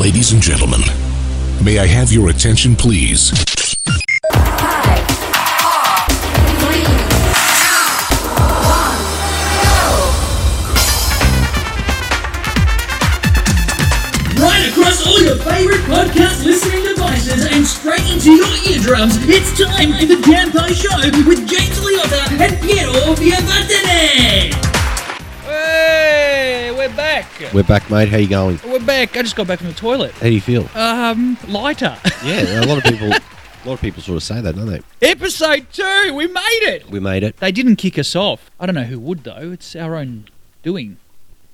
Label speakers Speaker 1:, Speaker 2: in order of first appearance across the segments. Speaker 1: Ladies and gentlemen, may I have your attention, please?
Speaker 2: Right across all your favorite podcast listening devices and straight into your eardrums, it's time for the Campo Show with James Liotta and Piero Piavantene.
Speaker 3: Hey, we're back.
Speaker 4: We're back, mate. How you going?
Speaker 3: We're back. I just got back from the toilet.
Speaker 4: How do you feel?
Speaker 3: Um, lighter.
Speaker 4: Yeah, a lot of people, a lot of people sort of say that, don't they?
Speaker 3: Episode two, we made it.
Speaker 4: We made it.
Speaker 3: They didn't kick us off. I don't know who would though. It's our own doing.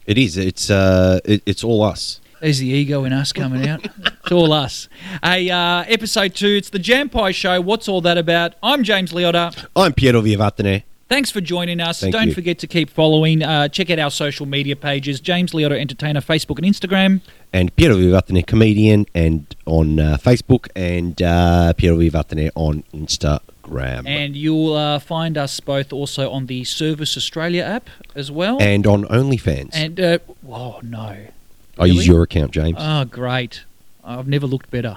Speaker 4: It is. It's uh, it, it's all us.
Speaker 3: There's the ego in us coming out. It's all us. Hey, uh, episode two. It's the Jam Pie Show. What's all that about? I'm James Liotta.
Speaker 4: I'm Piero Viavatene.
Speaker 3: Thanks for joining us.
Speaker 4: Thank
Speaker 3: Don't
Speaker 4: you.
Speaker 3: forget to keep following. Uh, check out our social media pages: James Liotta Entertainer, Facebook and Instagram.
Speaker 4: and Piero Vivatene comedian, and on uh, Facebook, and uh, Piero Vivatene on Instagram,
Speaker 3: And you'll uh, find us both also on the Service Australia app as well.
Speaker 4: And on OnlyFans.
Speaker 3: And uh, oh no!
Speaker 4: I use
Speaker 3: really?
Speaker 4: your account, James.
Speaker 3: Oh great! I've never looked better.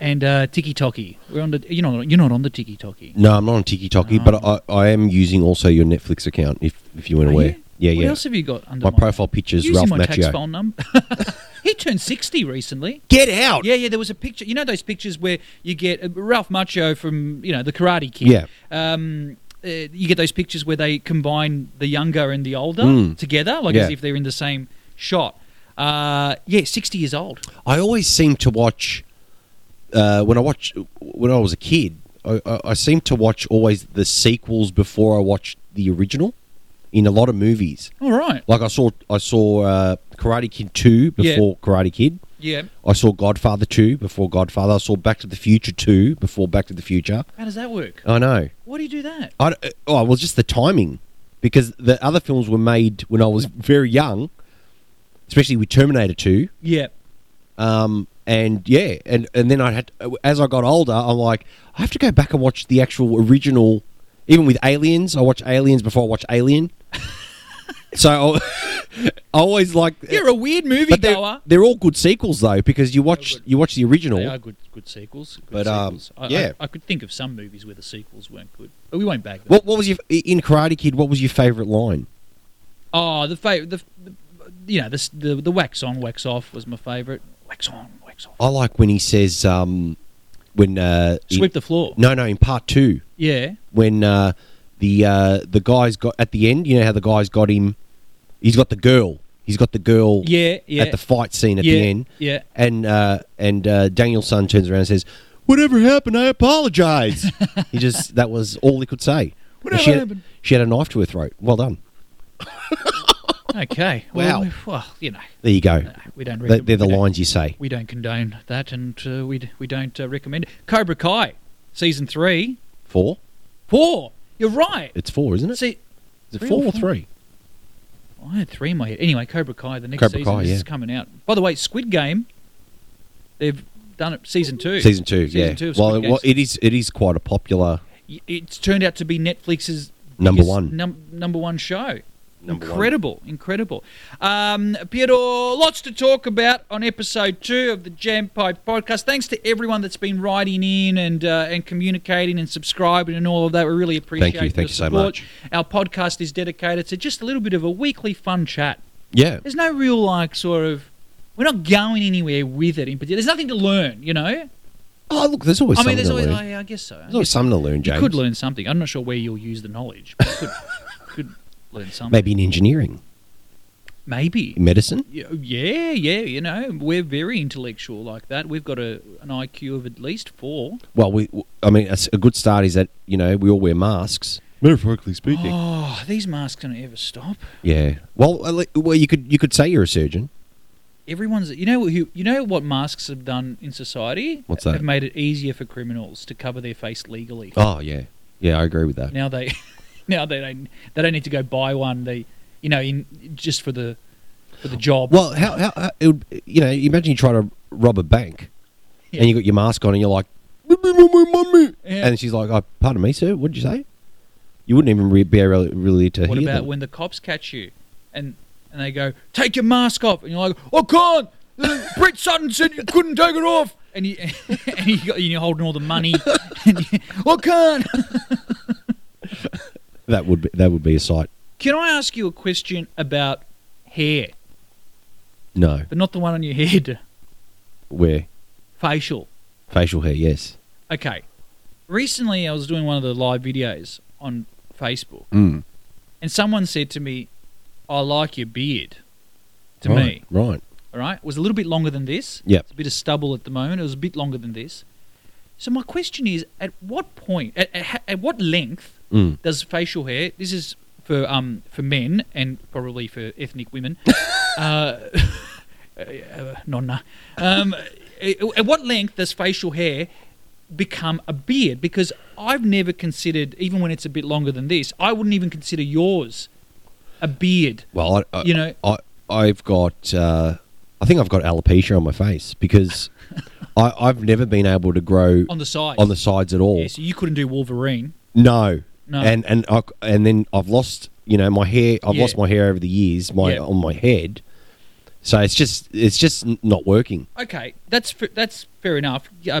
Speaker 3: and uh, Tiki Toki, we're on the. You're not. You're not on the Tiki Toki.
Speaker 4: no, I'm not on Tiki Toki, but I, I am using also your Netflix account. If if you weren't
Speaker 3: Uh. Are
Speaker 4: aware,
Speaker 3: you?
Speaker 4: yeah,
Speaker 3: What
Speaker 4: yeah.
Speaker 3: else have you got under
Speaker 4: My
Speaker 3: mine?
Speaker 4: profile picture is
Speaker 3: Using
Speaker 4: Ralph
Speaker 3: my tax
Speaker 4: Macchio.
Speaker 3: phone number. he turned sixty recently.
Speaker 4: Get out.
Speaker 3: Yeah, yeah. There was a picture. You know those pictures where you get uh, Ralph Macchio from you know the Karate Kid.
Speaker 4: Yeah.
Speaker 3: Um, uh, you get those pictures where they combine the younger and the older
Speaker 4: Mm.
Speaker 3: together, like as
Speaker 4: Yeah.
Speaker 3: if they're in the same shot. Uh, yeah, sixty years old.
Speaker 4: I always seem to watch uh, when I watch when I was a kid. I, I, I seem to watch always the sequels before I watch the original in a lot of movies.
Speaker 3: All right.
Speaker 4: Like I saw I saw uh, Karate Kid two
Speaker 3: Yeah.
Speaker 4: before Karate Kid.
Speaker 3: Yeah.
Speaker 4: I saw Godfather two before Godfather. I saw Back to the Future two before Back to the Future.
Speaker 3: How does that work?
Speaker 4: I know.
Speaker 3: Why do you do that?
Speaker 4: I d- oh well, just the timing because the other films were made when I was very young, especially with Terminator two.
Speaker 3: Yeah.
Speaker 4: Um, and yeah, and, and then I had as I got older, I'm like, I have to go back and watch the actual original. Even with Aliens, I watch Aliens before I watch Alien. so I, I always like.
Speaker 3: You're a weird movie
Speaker 4: but they're,
Speaker 3: goer.
Speaker 4: they're all good sequels though, because you watch you watch the original.
Speaker 3: They are good, good sequels. Good
Speaker 4: But, um,
Speaker 3: sequels. I,
Speaker 4: yeah.
Speaker 3: I, I could think of some movies where the sequels weren't good, but we won't bag them.
Speaker 4: What what was your in Karate Kid? What was your favorite line?
Speaker 3: Oh, the favorite, the, the you know, the, the the wax on, wax off was my favorite. Wax on, wax off.
Speaker 4: I like when he says um, when uh, in-
Speaker 3: Sweep the floor.
Speaker 4: no no in part two
Speaker 3: Yeah.
Speaker 4: when uh, the uh, the guys got at the end. You know how the guys got him. He's got the girl. He's got the girl.
Speaker 3: Yeah. Yeah.
Speaker 4: At the fight scene at
Speaker 3: yeah,
Speaker 4: the end,
Speaker 3: Yeah.
Speaker 4: and uh, and uh, Daniel's son turns around and says, "Whatever happened, I apologize." he just that was all he could say. And
Speaker 3: Whatever
Speaker 4: she had,
Speaker 3: happened.
Speaker 4: She had a knife to her throat. Well done.
Speaker 3: Okay.
Speaker 4: Wow.
Speaker 3: Well, we- well, you know,
Speaker 4: There you go.
Speaker 3: we don't.
Speaker 4: They, they're the
Speaker 3: we don't-
Speaker 4: lines you say.
Speaker 3: We don't condone that, and uh, we d- we don't uh, recommend it. Cobra Kai, season three,
Speaker 4: Four.
Speaker 3: four. You're right.
Speaker 4: It's four, isn't it?
Speaker 3: See,
Speaker 4: Is it
Speaker 3: three
Speaker 4: four
Speaker 3: or
Speaker 4: or
Speaker 3: four?
Speaker 4: three?
Speaker 3: I had three in my head. Anyway, Cobra Kai, the next
Speaker 4: Cobra
Speaker 3: season
Speaker 4: Kai,
Speaker 3: is
Speaker 4: yeah.
Speaker 3: coming out. By the way, Squid Game, they've done it season two.
Speaker 4: Season two.
Speaker 3: Season
Speaker 4: yeah.
Speaker 3: two of
Speaker 4: well,
Speaker 3: Squid
Speaker 4: it, well,
Speaker 3: Game's-
Speaker 4: it is. It is quite a popular
Speaker 3: Y- it's turned out to be Netflix's
Speaker 4: Number
Speaker 3: biggest
Speaker 4: one.
Speaker 3: num- number one show.
Speaker 4: Number one.
Speaker 3: incredible, incredible. Um, Piero, lots to talk about on episode two of the Jam Pipe Podcast. Thanks to everyone that's been writing in and uh, and communicating and subscribing and all of that. We really appreciate
Speaker 4: you,
Speaker 3: your
Speaker 4: thank you so
Speaker 3: support.
Speaker 4: much.
Speaker 3: Our podcast is dedicated to just a little bit of a weekly fun chat.
Speaker 4: Yeah.
Speaker 3: There's no real like sort of. We're not going anywhere with it in particular. There's nothing to learn, you know.
Speaker 4: Oh look, there's always
Speaker 3: I
Speaker 4: something
Speaker 3: mean, there's
Speaker 4: to
Speaker 3: always. oh,
Speaker 4: learn.
Speaker 3: I, I guess so. I
Speaker 4: there's always
Speaker 3: guess
Speaker 4: something to learn, James.
Speaker 3: you could learn something. I'm not sure where you'll use the knowledge, but you could, could learn something.
Speaker 4: Maybe in engineering,
Speaker 3: Maybe.
Speaker 4: in medicine.
Speaker 3: Y- Yeah, yeah, you know, we're very intellectual like that. We've got a an IQ of at least four.
Speaker 4: Well, we. I mean, a, s- a good start is that you know we all wear masks. Metaphorically speaking.
Speaker 3: Oh, these masks gonna ever stop.
Speaker 4: Yeah. Well, uh, like- well, you could you could say you're a surgeon.
Speaker 3: Everyone's, you know, who you know what masks have done in society.
Speaker 4: What's that?
Speaker 3: Have made it easier for criminals to cover their face legally.
Speaker 4: Oh yeah, yeah, I agree with that.
Speaker 3: Now they, now they don't, they don't need to go buy one. They, you know, in just for the, for the job.
Speaker 4: Well, how how, how it would, you know? Imagine you try to rob a bank,
Speaker 3: Yeah.
Speaker 4: and you got your mask on, and you're like, "Mummy, mummy, mummy."
Speaker 3: Yeah.
Speaker 4: and she's like, oh, "Pardon me, sir. What did you say?" You wouldn't even re- be able really to
Speaker 3: What
Speaker 4: hear
Speaker 3: about
Speaker 4: them.
Speaker 3: when the cops catch you and and they go, Take your mask off and you're like, I can't Brett Sutton said you couldn't take it off. And, you, and you got, you're holding all the money. and you, "Oh, I can't.
Speaker 4: That would be that would be a sight.
Speaker 3: Can I ask you a question about hair,
Speaker 4: No,
Speaker 3: but not the one on your head?
Speaker 4: where
Speaker 3: Facial.
Speaker 4: facial hair. Yes.
Speaker 3: Okay. Recently, I was doing one of the live videos on Facebook,
Speaker 4: Mm.
Speaker 3: and someone said to me, I like your beard. To
Speaker 4: right,
Speaker 3: me.
Speaker 4: right?
Speaker 3: all right? It was a little bit longer than this.
Speaker 4: Yep.
Speaker 3: It's a bit of stubble at the moment. It was a bit longer than this. So my question is, at what point, at, at, at what length
Speaker 4: Mm.
Speaker 3: does facial hair, this is for, um, for men and probably for ethnic women, uh, uh, nonna, um, at at what length does facial hair become a beard? Because I've never considered, even when it's a bit longer than this, I wouldn't even consider yours a beard.
Speaker 4: Well, I, I,
Speaker 3: You know-
Speaker 4: I I've got uh, I think I've got alopecia on my face because I I've never been able to grow
Speaker 3: On the sides.
Speaker 4: on the sides at all.
Speaker 3: Yeah, so you couldn't do Wolverine.
Speaker 4: No.
Speaker 3: No.
Speaker 4: And and I, and then I've lost you know my hair. I've
Speaker 3: Yeah.
Speaker 4: lost my hair over the years. My
Speaker 3: Yeah.
Speaker 4: on my head. So it's just it's just n- not working.
Speaker 3: okay, that's f- that's fair enough. Uh, uh,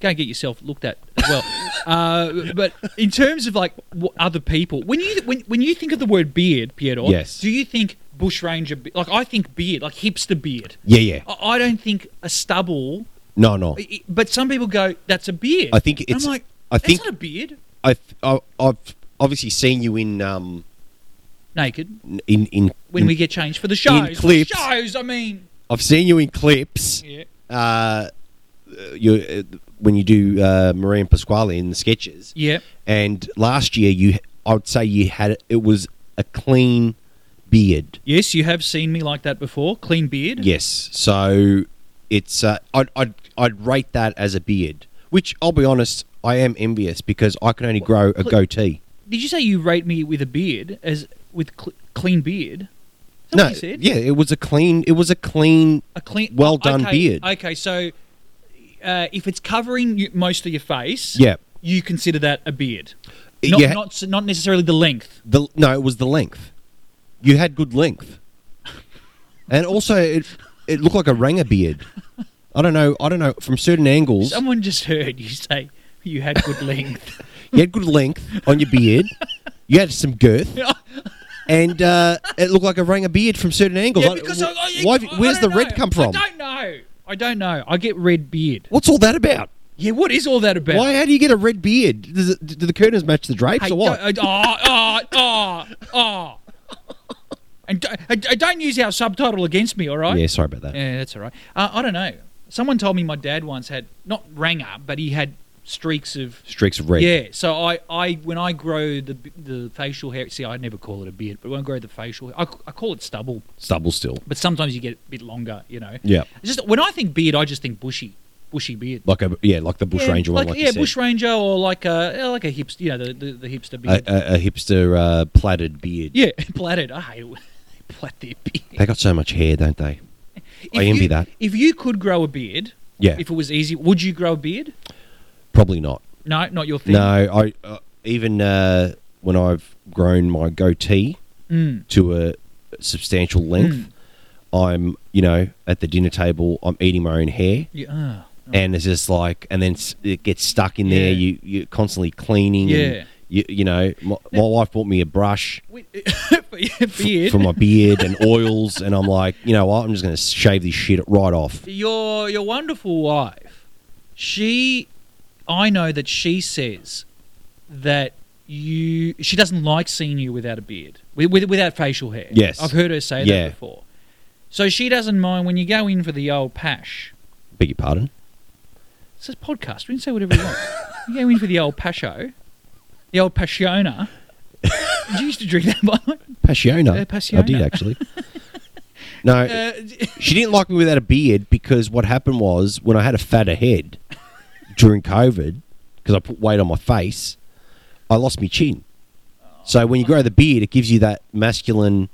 Speaker 3: go and get yourself looked at as well. uh, but in terms of like w- other people, when you when, when you think of the word beard, Piero,
Speaker 4: Yes.
Speaker 3: do you think bushranger? Be- like I think beard, like hipster beard.
Speaker 4: Yeah, yeah.
Speaker 3: I, I don't think a stubble.
Speaker 4: No, no.
Speaker 3: i- i- But some people go, "That's a beard."
Speaker 4: I think
Speaker 3: And
Speaker 4: it's-
Speaker 3: I'm like,
Speaker 4: I
Speaker 3: "That's
Speaker 4: think-
Speaker 3: not a beard."
Speaker 4: I I I've obviously seen you in um
Speaker 3: Naked
Speaker 4: in in
Speaker 3: when we get changed for the shows. The
Speaker 4: clips.
Speaker 3: shows. I mean,
Speaker 4: I've seen you in clips.
Speaker 3: yeah.
Speaker 4: Uh, you uh, when you do uh, Maria and Pasquale in the sketches.
Speaker 3: Yeah.
Speaker 4: And last year you I would say you had it was a clean beard.
Speaker 3: Yes, you have seen me like that before. Clean beard.
Speaker 4: Yes. So it's uh, I'd, I'd I'd rate that as a beard, which I'll be honest, I am envious because I can only grow a
Speaker 3: Look-
Speaker 4: goatee.
Speaker 3: Did you say you rate me with a beard as with cl- clean beard? Is that
Speaker 4: No,
Speaker 3: what you said?
Speaker 4: yeah, it was a clean. It was a clean.
Speaker 3: a clean,
Speaker 4: well done
Speaker 3: okay,
Speaker 4: beard.
Speaker 3: Okay, so uh, if it's covering you, most of your face,
Speaker 4: Yeah. Uh,
Speaker 3: you consider that a beard. Not,
Speaker 4: Yeah.
Speaker 3: not s- not necessarily the length.
Speaker 4: The no, it was the length. You had good length, and also it it looked like a ranger beard. I don't know. I don't know. From certain angles,
Speaker 3: Someone just heard you say you had good length.
Speaker 4: you had good length on your beard. You had some girth, and uh, it looked like a ranger beard from certain angles.
Speaker 3: yeah,
Speaker 4: I-
Speaker 3: because I, I,
Speaker 4: why-
Speaker 3: I- I
Speaker 4: where's the
Speaker 3: don't know.
Speaker 4: red come from?
Speaker 3: I don't know. I don't know. I get red beard.
Speaker 4: What's all that about?
Speaker 3: Yeah, what is all that about?
Speaker 4: Why? How do you get a red beard? Does it, do the curtains match the drapes
Speaker 3: Hey,
Speaker 4: or what?
Speaker 3: don't- uh, Oh, oh, oh, oh. And don't, uh, don't use our subtitle against me, all right?
Speaker 4: yeah, sorry about that.
Speaker 3: Yeah, that's all right. Uh, I don't know. Someone told me my dad once had, not ranger, but he had streaks of.
Speaker 4: Streaks of red.
Speaker 3: Yeah, so I, I when I grow the b- the facial hair, see, I never call it a beard, but when I grow the facial hair, I, c- I call it stubble,
Speaker 4: Stubble still.
Speaker 3: but sometimes you get a bit longer, you know?
Speaker 4: Yeah.
Speaker 3: It's just When I think beard, I just think bushy, bushy beard.
Speaker 4: Like a yeah, like the bushranger
Speaker 3: yeah,
Speaker 4: one. Like
Speaker 3: yeah,
Speaker 4: you said.
Speaker 3: bushranger or like a, yeah, like a hipster, you know, the, the, the hipster beard.
Speaker 4: A, a, a hipster uh, plaited beard.
Speaker 3: Yeah, plaited. I hate it. when they Plait their beard.
Speaker 4: They got so much hair, don't they? I
Speaker 3: If
Speaker 4: envy
Speaker 3: you-
Speaker 4: that.
Speaker 3: If you could grow a beard,
Speaker 4: Yeah.
Speaker 3: if it was easy, would you grow a beard?
Speaker 4: Probably not.
Speaker 3: No, not your thing.
Speaker 4: No, I uh, even uh, when I've grown my goatee
Speaker 3: Mm.
Speaker 4: to a substantial length, I'm you know at the dinner table, I'm eating my own hair.
Speaker 3: Yeah. ah.
Speaker 4: and it's just like, and then s- it gets stuck in there.
Speaker 3: Yeah.
Speaker 4: You you're constantly cleaning. and
Speaker 3: Yeah.
Speaker 4: you, you know, my, my wife bought me a brush
Speaker 3: We- for your beard.
Speaker 4: for my beard and oils, and I'm like, you know what? I'm just going to shave this shit right off.
Speaker 3: your your wonderful wife. She, I know that she says that you. She doesn't like seeing you without a beard, with, with, without facial hair.
Speaker 4: Yes.
Speaker 3: I've heard her say
Speaker 4: Yeah.
Speaker 3: that before. So she doesn't mind when you go in for the old pash.
Speaker 4: Beg your pardon.
Speaker 3: It's a podcast. We can say whatever we want. you go in for the old pasho, the old passiona. Did you used to drink that by the way?
Speaker 4: Uh, Passiona.
Speaker 3: Yeah, passiona.
Speaker 4: I did actually. no,
Speaker 3: Uh,
Speaker 4: she didn't like me without a beard because what happened was when I had a fatter head during COVID, because I put weight on my face, I lost my chin. So when you grow the beard, it gives you that masculine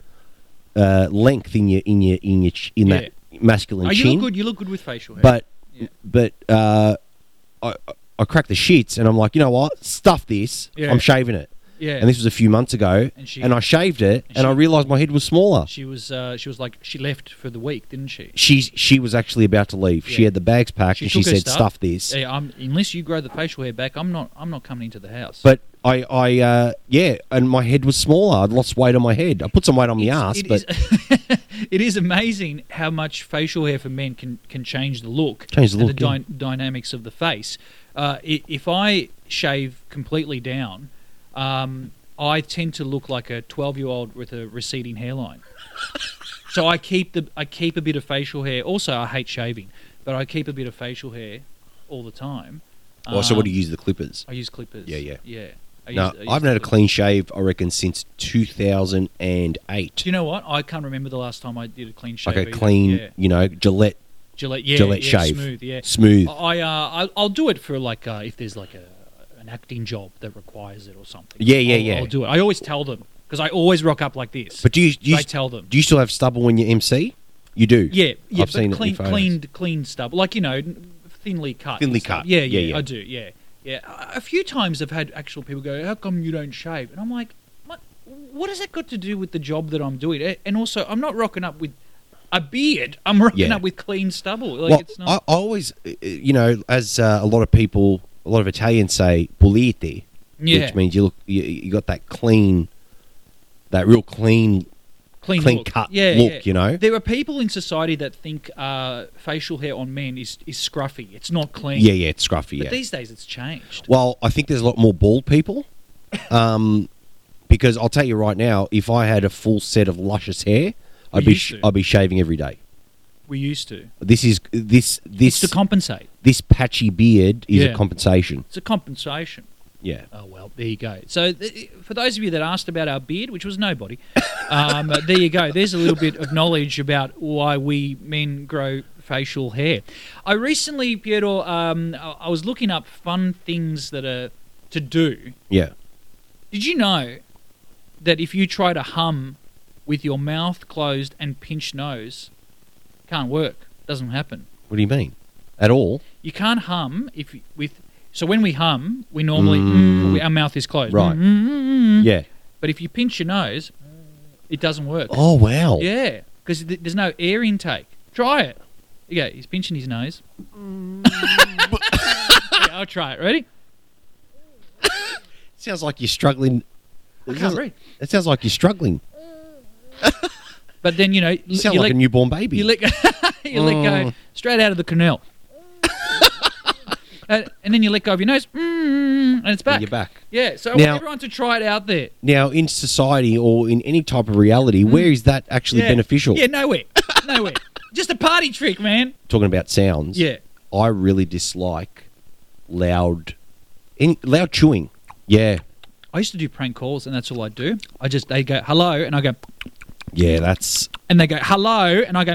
Speaker 4: uh, length in your in your in your ch- in that masculine
Speaker 3: oh, you
Speaker 4: chin.
Speaker 3: look good. You look good with facial hair.
Speaker 4: But
Speaker 3: Yeah.
Speaker 4: but uh, I I cracked the sheets and I'm like, you know what? Stuff this.
Speaker 3: Yeah.
Speaker 4: I'm shaving it.
Speaker 3: Yeah.
Speaker 4: And this was a few months ago.
Speaker 3: And
Speaker 4: And,
Speaker 3: she-
Speaker 4: I shaved it, and,
Speaker 3: she-
Speaker 4: I realised my head was smaller.
Speaker 3: She was uh, she was like she left for the week, didn't she?
Speaker 4: She she was actually about to leave. She
Speaker 3: Yeah.
Speaker 4: had the bags packed, and she
Speaker 3: took her
Speaker 4: said, "Stuff this."
Speaker 3: Yeah, I'm, unless you grow the facial hair back, I'm not I'm not coming into the house.
Speaker 4: But I I uh, yeah, and my head was smaller. I'd lost weight on my head. I put some weight on my ass,
Speaker 3: It
Speaker 4: but
Speaker 3: is- it is amazing how much facial hair for men can, can change the look,
Speaker 4: Change the
Speaker 3: and
Speaker 4: look,
Speaker 3: the
Speaker 4: yeah.
Speaker 3: dynamics of the face. Uh, i- if I shave completely down, um, I tend to look like a twelve year old with a receding hairline. so I keep the I keep a bit of facial hair. Also, I hate shaving, but I keep a bit of facial hair all the time.
Speaker 4: oh, so what do
Speaker 3: Um,
Speaker 4: you use the clippers?
Speaker 3: I use clippers.
Speaker 4: Yeah, yeah.
Speaker 3: yeah. I
Speaker 4: no,
Speaker 3: use- I use
Speaker 4: I haven't had a
Speaker 3: clippers.
Speaker 4: clean shave. I reckon since two thousand and eight.
Speaker 3: Do you know what? I can't remember the last time I did a clean shave.
Speaker 4: Like a
Speaker 3: either.
Speaker 4: clean,
Speaker 3: Yeah.
Speaker 4: you know, Gillette
Speaker 3: Gillette, yeah,
Speaker 4: Gillette
Speaker 3: yeah,
Speaker 4: shave.
Speaker 3: smooth, yeah,
Speaker 4: Smooth.
Speaker 3: I, uh, I'll, I'll do it for like uh, if there's like a an acting job that requires it or something.
Speaker 4: Yeah, yeah,
Speaker 3: I'll,
Speaker 4: yeah.
Speaker 3: I'll do it. I always tell them because I always rock up like this.
Speaker 4: But do you, do you
Speaker 3: They tell them.
Speaker 4: Do you still have stubble when you MC? You do.
Speaker 3: yeah, yeah,
Speaker 4: I've
Speaker 3: but
Speaker 4: seen it in
Speaker 3: clean,
Speaker 4: photos.
Speaker 3: clean, clean stuff like you know, n- thinly cut,
Speaker 4: Thinly
Speaker 3: and stuff.
Speaker 4: cut.
Speaker 3: Yeah
Speaker 4: Yeah,
Speaker 3: yeah,
Speaker 4: yeah.
Speaker 3: I do. Yeah, yeah. A- A few times I've had actual people go, "How come you don't shave?" And I'm like, "What? What has that got to do with the job that I'm doing?" A- And also, I'm not rocking up with a beard. I'm rocking
Speaker 4: Yeah.
Speaker 3: up with clean stubble. Like
Speaker 4: well,
Speaker 3: it's not.
Speaker 4: I, I always, uh, you know, as uh, a lot of people, a lot of Italians say, "bulite,"
Speaker 3: yeah,
Speaker 4: which means you look, you, you got that clean, that real clean.
Speaker 3: clean,
Speaker 4: clean
Speaker 3: look.
Speaker 4: cut
Speaker 3: yeah,
Speaker 4: look,
Speaker 3: yeah.
Speaker 4: you know?
Speaker 3: There are people in society that think uh, facial hair on men is, is scruffy. It's not clean.
Speaker 4: Yeah, yeah, it's scruffy.
Speaker 3: But
Speaker 4: yeah.
Speaker 3: these days it's changed.
Speaker 4: Well, I think there's a lot more bald people. Um, because I'll tell you right now, if I had a full set of luscious hair, I'd be
Speaker 3: used
Speaker 4: sh-
Speaker 3: to.
Speaker 4: I'd be shaving every day.
Speaker 3: We used to.
Speaker 4: This is this
Speaker 3: It's
Speaker 4: this
Speaker 3: to compensate.
Speaker 4: this patchy beard is
Speaker 3: Yeah.
Speaker 4: a compensation.
Speaker 3: It's a compensation.
Speaker 4: Yeah.
Speaker 3: Oh, well, there you go. So, th- for those of you that asked about our beard, which was nobody, um, uh, there you go. There's a little bit of knowledge about why we men grow facial hair. I recently, Pietro, um, I-, I was looking up fun things that are to do
Speaker 4: Yeah.
Speaker 3: Did you know that if you try to hum with your mouth closed and pinched nose, can't work? Doesn't happen.
Speaker 4: What do you mean? At all?
Speaker 3: You can't hum if you, with. So when we hum, we normally mm, our mouth is closed,
Speaker 4: Right.
Speaker 3: Mm-mm-mm.
Speaker 4: Yeah.
Speaker 3: But if you pinch your nose, it doesn't work.
Speaker 4: Oh wow.
Speaker 3: Yeah, because th- there's no air intake. Try it. You go. He's pinching his nose. yeah, I'll try it. Ready?
Speaker 4: Sounds like you're struggling.
Speaker 3: I can't
Speaker 4: sounds-
Speaker 3: read.
Speaker 4: It sounds like you're struggling.
Speaker 3: But then you know,
Speaker 4: You
Speaker 3: you
Speaker 4: sound like
Speaker 3: let-
Speaker 4: a newborn baby.
Speaker 3: You let, you let
Speaker 4: Mm.
Speaker 3: go straight out of the canal. and, and then you let go of your nose, mm, and it's back.
Speaker 4: You're back.
Speaker 3: Yeah, so I
Speaker 4: Now-
Speaker 3: want everyone to try it out there.
Speaker 4: Now, in society or in any type of reality, where is that actually
Speaker 3: Mm. Yeah.
Speaker 4: beneficial?
Speaker 3: Yeah, nowhere. Nowhere. Just a party trick, man.
Speaker 4: Talking about sounds.
Speaker 3: Yeah.
Speaker 4: I really dislike loud, any, loud chewing. Yeah.
Speaker 3: I used to do prank calls, and that's all I do. I just, they go, hello, and I go,
Speaker 4: Yeah. That's
Speaker 3: and they go, hello, and I go,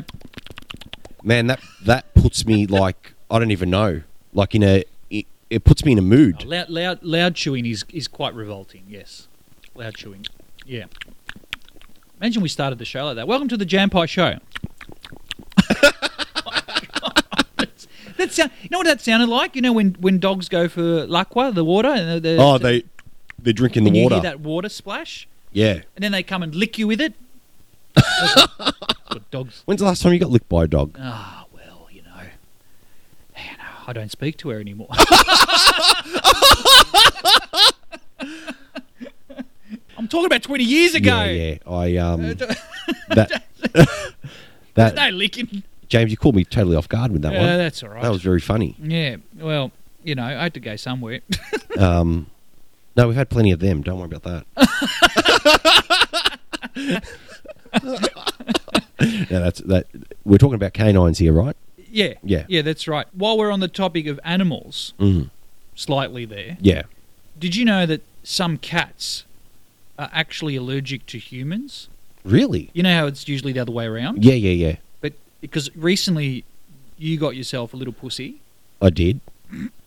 Speaker 4: man. That that puts me like I don't even know. Like in a it, it puts me in a mood.
Speaker 3: loud, loud, loud chewing is, is quite revolting, yes. Loud chewing. Yeah. Imagine we started the show like that. Welcome to the Jam Pie Show. that sound, you know what that sounded like? You know when, when dogs go for l'aqua, the water? And the,
Speaker 4: oh, they they're drinking the
Speaker 3: and you
Speaker 4: water.
Speaker 3: hear that water splash,
Speaker 4: Yeah.
Speaker 3: and then they come and lick you with it. That's what dogs.
Speaker 4: When's the last time you got licked by a dog?
Speaker 3: Ah, well, you know. You know, I don't speak to her anymore. I'm talking about 20 years ago.
Speaker 4: Yeah, yeah. I um
Speaker 3: Uh,
Speaker 4: that that
Speaker 3: No licking.
Speaker 4: James, you called me totally off guard with that
Speaker 3: Yeah,
Speaker 4: one.
Speaker 3: that's all right.
Speaker 4: That was very funny.
Speaker 3: yeah, well, you know, I had to go somewhere.
Speaker 4: Um, no, we've had plenty of them. Don't worry about that. no, that's that. We're talking about canines here, right?
Speaker 3: yeah,
Speaker 4: Yeah.
Speaker 3: yeah, that's right. While we're on the topic of animals,
Speaker 4: Mhm.
Speaker 3: slightly there,
Speaker 4: Yeah.
Speaker 3: did you know that some cats are actually allergic to humans?
Speaker 4: Really?
Speaker 3: You know how it's usually the other way around?
Speaker 4: Yeah, yeah, yeah.
Speaker 3: But because recently you got yourself a little pussy.
Speaker 4: I did.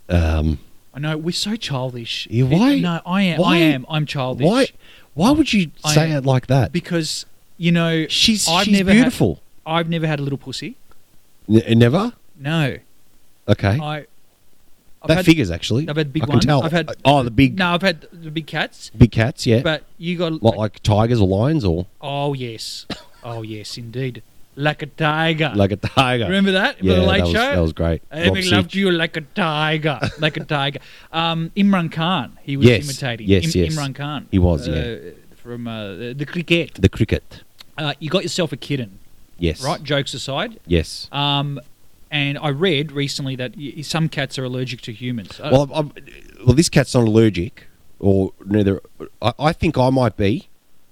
Speaker 4: Um,
Speaker 3: I know we're so childish.
Speaker 4: Yeah, why-
Speaker 3: No, I am.
Speaker 4: why-
Speaker 3: I am. I'm childish.
Speaker 4: why? Why would you
Speaker 3: I-
Speaker 4: say it like that?
Speaker 3: Because you know,
Speaker 4: She's
Speaker 3: I've
Speaker 4: she's
Speaker 3: never had-
Speaker 4: beautiful.
Speaker 3: I've never had a little pussy.
Speaker 4: N- never.
Speaker 3: No,
Speaker 4: Okay.
Speaker 3: I. I've
Speaker 4: that
Speaker 3: had-
Speaker 4: figures actually.
Speaker 3: I've had big
Speaker 4: I can
Speaker 3: ones.
Speaker 4: tell.
Speaker 3: I've had
Speaker 4: oh the big
Speaker 3: No, I've had the big cats,
Speaker 4: big cats. Yeah,
Speaker 3: but you got
Speaker 4: like, like tigers or lions or
Speaker 3: oh yes, oh yes, indeed, like a tiger.
Speaker 4: like a tiger.
Speaker 3: Remember that for
Speaker 4: yeah,
Speaker 3: the late
Speaker 4: that was,
Speaker 3: show?
Speaker 4: That was great. Rob
Speaker 3: Amy
Speaker 4: Sitch.
Speaker 3: loved you like a tiger, like a tiger. Um, Imran Khan, he was
Speaker 4: Yes,
Speaker 3: imitating.
Speaker 4: yes,
Speaker 3: Im-
Speaker 4: yes.
Speaker 3: Imran Khan.
Speaker 4: He was,
Speaker 3: uh,
Speaker 4: yeah.
Speaker 3: From uh, the cricket.
Speaker 4: the cricket.
Speaker 3: Uh, you got yourself a kitten,
Speaker 4: Yes.
Speaker 3: right? Jokes aside.
Speaker 4: Yes.
Speaker 3: Um, and I read recently that y- some cats are allergic to humans. Uh,
Speaker 4: well, I'm, I'm, well, this cat's not allergic, or neither. I, I think I might be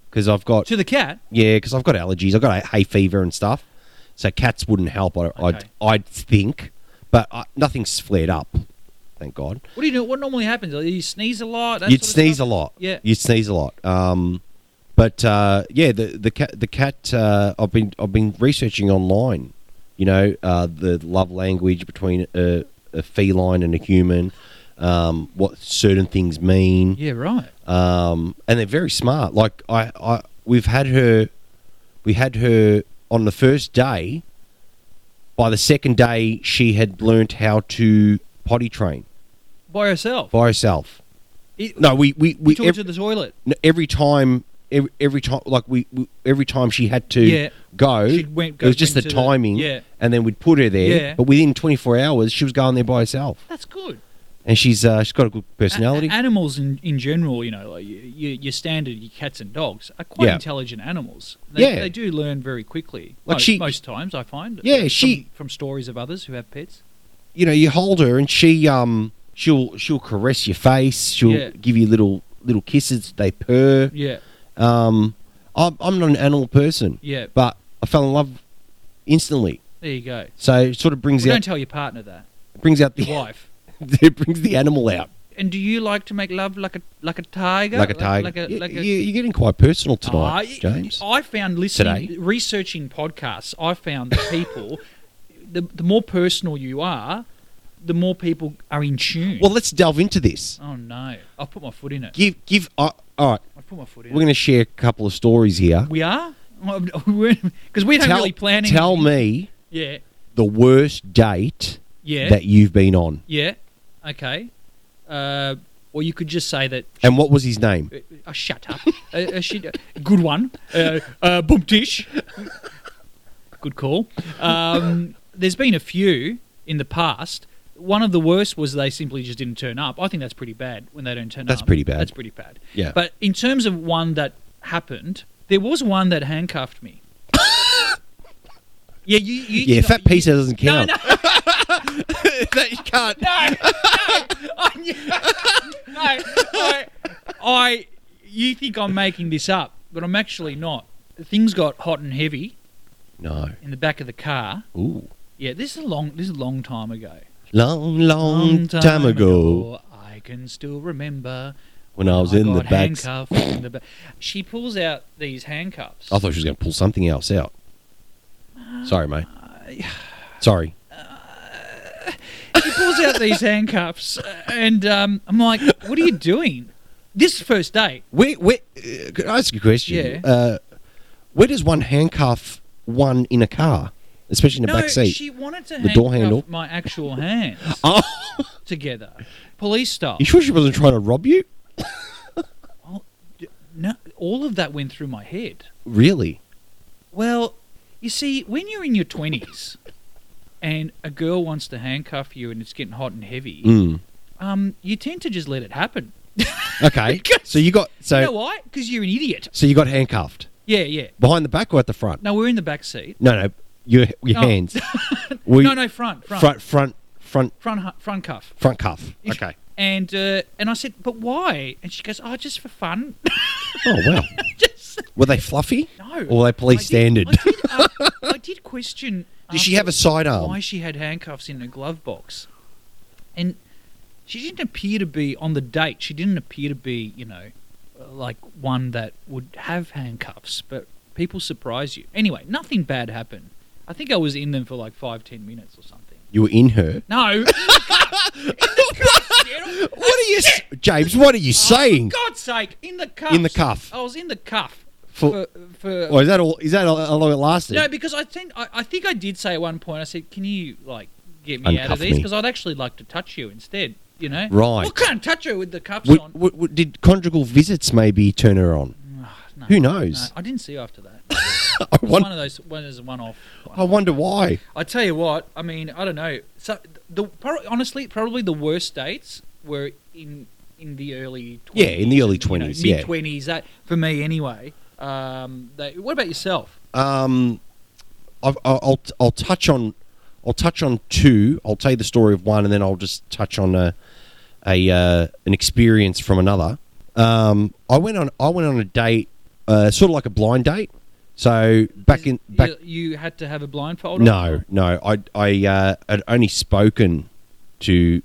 Speaker 4: because I've got
Speaker 3: to the cat.
Speaker 4: yeah, because I've got allergies. I've got hay fever and stuff. So cats wouldn't help. I,
Speaker 3: Okay.
Speaker 4: I'd, I'd think, but I, nothing's flared up. Thank God.
Speaker 3: What do you do? What normally happens? You sneeze a lot. that
Speaker 4: You'd
Speaker 3: sort of
Speaker 4: sneeze
Speaker 3: stuff?
Speaker 4: a lot.
Speaker 3: Yeah.
Speaker 4: You'd sneeze a lot. Um, but uh, yeah, the the cat the cat uh, I've been I've been researching online. You know uh, the love language between a, a feline and a human. Um, what certain things mean
Speaker 3: Yeah, right.
Speaker 4: um, and they're very smart. Like I, I, we've had her, we had her on the first day. By the second day, she had learnt how to potty train
Speaker 3: By herself.
Speaker 4: by herself.
Speaker 3: It-
Speaker 4: No, we we, we
Speaker 3: took her
Speaker 4: ev-
Speaker 3: to the toilet.
Speaker 4: no, every time. Every, every time, like we, we, every time she had to
Speaker 3: Yeah.
Speaker 4: go,
Speaker 3: She went-
Speaker 4: it was just the
Speaker 3: went to the-
Speaker 4: timing.
Speaker 3: yeah.
Speaker 4: and then we'd put her there.
Speaker 3: Yeah.
Speaker 4: But within 24 hours, she was going there by herself,
Speaker 3: That's good.
Speaker 4: and she's uh, she's got a good personality.
Speaker 3: A- animals in, in general, you know, like y- y- your standard your cats and dogs are quite
Speaker 4: Yeah.
Speaker 3: intelligent animals. They,
Speaker 4: Yeah.
Speaker 3: they do learn very quickly.
Speaker 4: Like
Speaker 3: most,
Speaker 4: she-
Speaker 3: most times, I find.
Speaker 4: Yeah,
Speaker 3: from,
Speaker 4: she-
Speaker 3: from stories of others who have pets.
Speaker 4: you know, you hold her and she um she'll she'll caress your face, she'll
Speaker 3: Yeah.
Speaker 4: give you little little kisses, they purr.
Speaker 3: Yeah,
Speaker 4: Um I'm I'm not an animal person,
Speaker 3: yeah.
Speaker 4: but I fell in love instantly.
Speaker 3: There you go.
Speaker 4: So it sort of brings
Speaker 3: Well, don't
Speaker 4: out
Speaker 3: tell your partner that.
Speaker 4: brings out
Speaker 3: Your
Speaker 4: the
Speaker 3: wife.
Speaker 4: it brings the animal out
Speaker 3: And do you like to make love like a like a tiger?
Speaker 4: like a tiger.
Speaker 3: Like, a
Speaker 4: You-
Speaker 3: like a. Oh,
Speaker 4: you, are getting quite personal tonight,
Speaker 3: I-
Speaker 4: James.
Speaker 3: I found listening,
Speaker 4: Today.
Speaker 3: researching podcasts, I found that people, the, the more personal you are, the more people are in tune.
Speaker 4: well, let's delve into this.
Speaker 3: oh no, I'll put my foot in it.
Speaker 4: Give give uh, all right.
Speaker 3: I'll put my foot in
Speaker 4: We're going to share a couple of stories here.
Speaker 3: it. We are? Because we don't
Speaker 4: tell
Speaker 3: really plan anything.
Speaker 4: tell me
Speaker 3: Yeah,
Speaker 4: the worst date
Speaker 3: yeah,
Speaker 4: that you've been on.
Speaker 3: yeah. Okay. Uh, or you could just say that,
Speaker 4: And what was his name?
Speaker 3: uh, uh, shut up. uh, uh, she, uh, good one. Uh, uh, boom tish. Good call. Um, there's been a few in the past. One of the worst was they simply just didn't turn up. I think that's pretty bad when they don't turn
Speaker 4: That's
Speaker 3: up.
Speaker 4: pretty bad.
Speaker 3: That's pretty bad.
Speaker 4: Yeah.
Speaker 3: But in terms of one that happened, there was one that handcuffed me. yeah, you. you
Speaker 4: Yeah,
Speaker 3: you-
Speaker 4: fat
Speaker 3: you-
Speaker 4: pizza doesn't
Speaker 3: No,
Speaker 4: count.
Speaker 3: no,
Speaker 4: that you can't.
Speaker 3: no, no, I knew- no, I, I, you think I'm making this up, but I'm actually not. Things got hot and heavy
Speaker 4: No.
Speaker 3: in the back of the car.
Speaker 4: Ooh.
Speaker 3: Yeah, this is a long, this is a long time ago.
Speaker 4: Long, long, time, ago,
Speaker 3: I can still remember.
Speaker 4: when I was in the
Speaker 3: got
Speaker 4: back.
Speaker 3: handcuffed in the back. She pulls out these handcuffs.
Speaker 4: I thought she was going to pull something else out. Sorry, mate. Sorry.
Speaker 3: she pulls out these handcuffs, and um, I'm like, "What are you doing?" This first date.
Speaker 4: Where, where, uh, could I ask you a question?
Speaker 3: Yeah.
Speaker 4: Uh, where does one handcuff one in a car, especially in the
Speaker 3: no,
Speaker 4: back seat?
Speaker 3: she wanted to
Speaker 4: The door handle?
Speaker 3: handcuff my actual hands
Speaker 4: Oh,
Speaker 3: together. Police stuff.
Speaker 4: you sure she wasn't trying to rob you?
Speaker 3: No, all of that went through my head.
Speaker 4: Really?
Speaker 3: Well, you see, when you're in your twenties, and a girl wants to handcuff you, and it's getting hot and heavy,
Speaker 4: Mm.
Speaker 3: um, you tend to just let it happen.
Speaker 4: Okay. so you got so
Speaker 3: You know why? Because you're an idiot.
Speaker 4: so you got handcuffed
Speaker 3: Yeah, yeah.
Speaker 4: behind the back or at the front?
Speaker 3: No, we're in the back seat.
Speaker 4: No, no. Your your
Speaker 3: No.
Speaker 4: hands. Were
Speaker 3: no,
Speaker 4: you-
Speaker 3: no, front, front, front,
Speaker 4: front, front, front,
Speaker 3: front, hu- front cuff.
Speaker 4: front cuff. Okay.
Speaker 3: And uh, and I said, but why? And she goes, oh, just for fun.
Speaker 4: Oh wow.
Speaker 3: just
Speaker 4: Were they fluffy?
Speaker 3: no.
Speaker 4: Or were they police
Speaker 3: I did-
Speaker 4: standard?
Speaker 3: I did, uh, I did question.
Speaker 4: Did she have a sidearm?
Speaker 3: Why she had handcuffs in her glove box, and she didn't appear to be on the date. She didn't appear to be, you know, like one that would have handcuffs. But people surprise you. Anyway, nothing bad happened. I think I was in them for like five, ten minutes or something.
Speaker 4: You were in her.
Speaker 3: No, in the cup, in the cuffs, Daryl.
Speaker 4: What are you, s- James? What are you
Speaker 3: Oh,
Speaker 4: saying?
Speaker 3: For God's sake, in the cuff.
Speaker 4: In the cuff.
Speaker 3: I was in the cuff
Speaker 4: For-
Speaker 3: for for.
Speaker 4: Oh, Or is that all? Is that all, how long it lasted?
Speaker 3: No, because I think I, I think I did say at one point. I said, "Can you like get me out of
Speaker 4: Uncuff
Speaker 3: these
Speaker 4: me.
Speaker 3: because I'd actually like to touch you instead. You know,
Speaker 4: Right.
Speaker 3: I can't touch her with the cuffs
Speaker 4: Would,
Speaker 3: on.
Speaker 4: would, would- did conjugal visits maybe turn her on?
Speaker 3: No,
Speaker 4: who
Speaker 3: No,
Speaker 4: knows?
Speaker 3: I didn't see you after that.
Speaker 4: I, won-
Speaker 3: one of those one is one off.
Speaker 4: I wonder why.
Speaker 3: I tell you what, I mean, I don't know. So the probably, honestly, probably the worst dates were in in the early 20s,
Speaker 4: Yeah, in the early 20s, yeah.
Speaker 3: mid twenties. That for me anyway. Um, they, what about yourself?
Speaker 4: Um, I've, I'll, I'll I'll touch on I'll touch on two. I'll tell you the story of one, and then I'll just touch on a a uh, an experience from another. Um, I went on I went on a date, uh, sort of like a blind date. So back in back
Speaker 3: you, you had to have a blindfold.
Speaker 4: No,
Speaker 3: on?
Speaker 4: no. I I uh, had only spoken to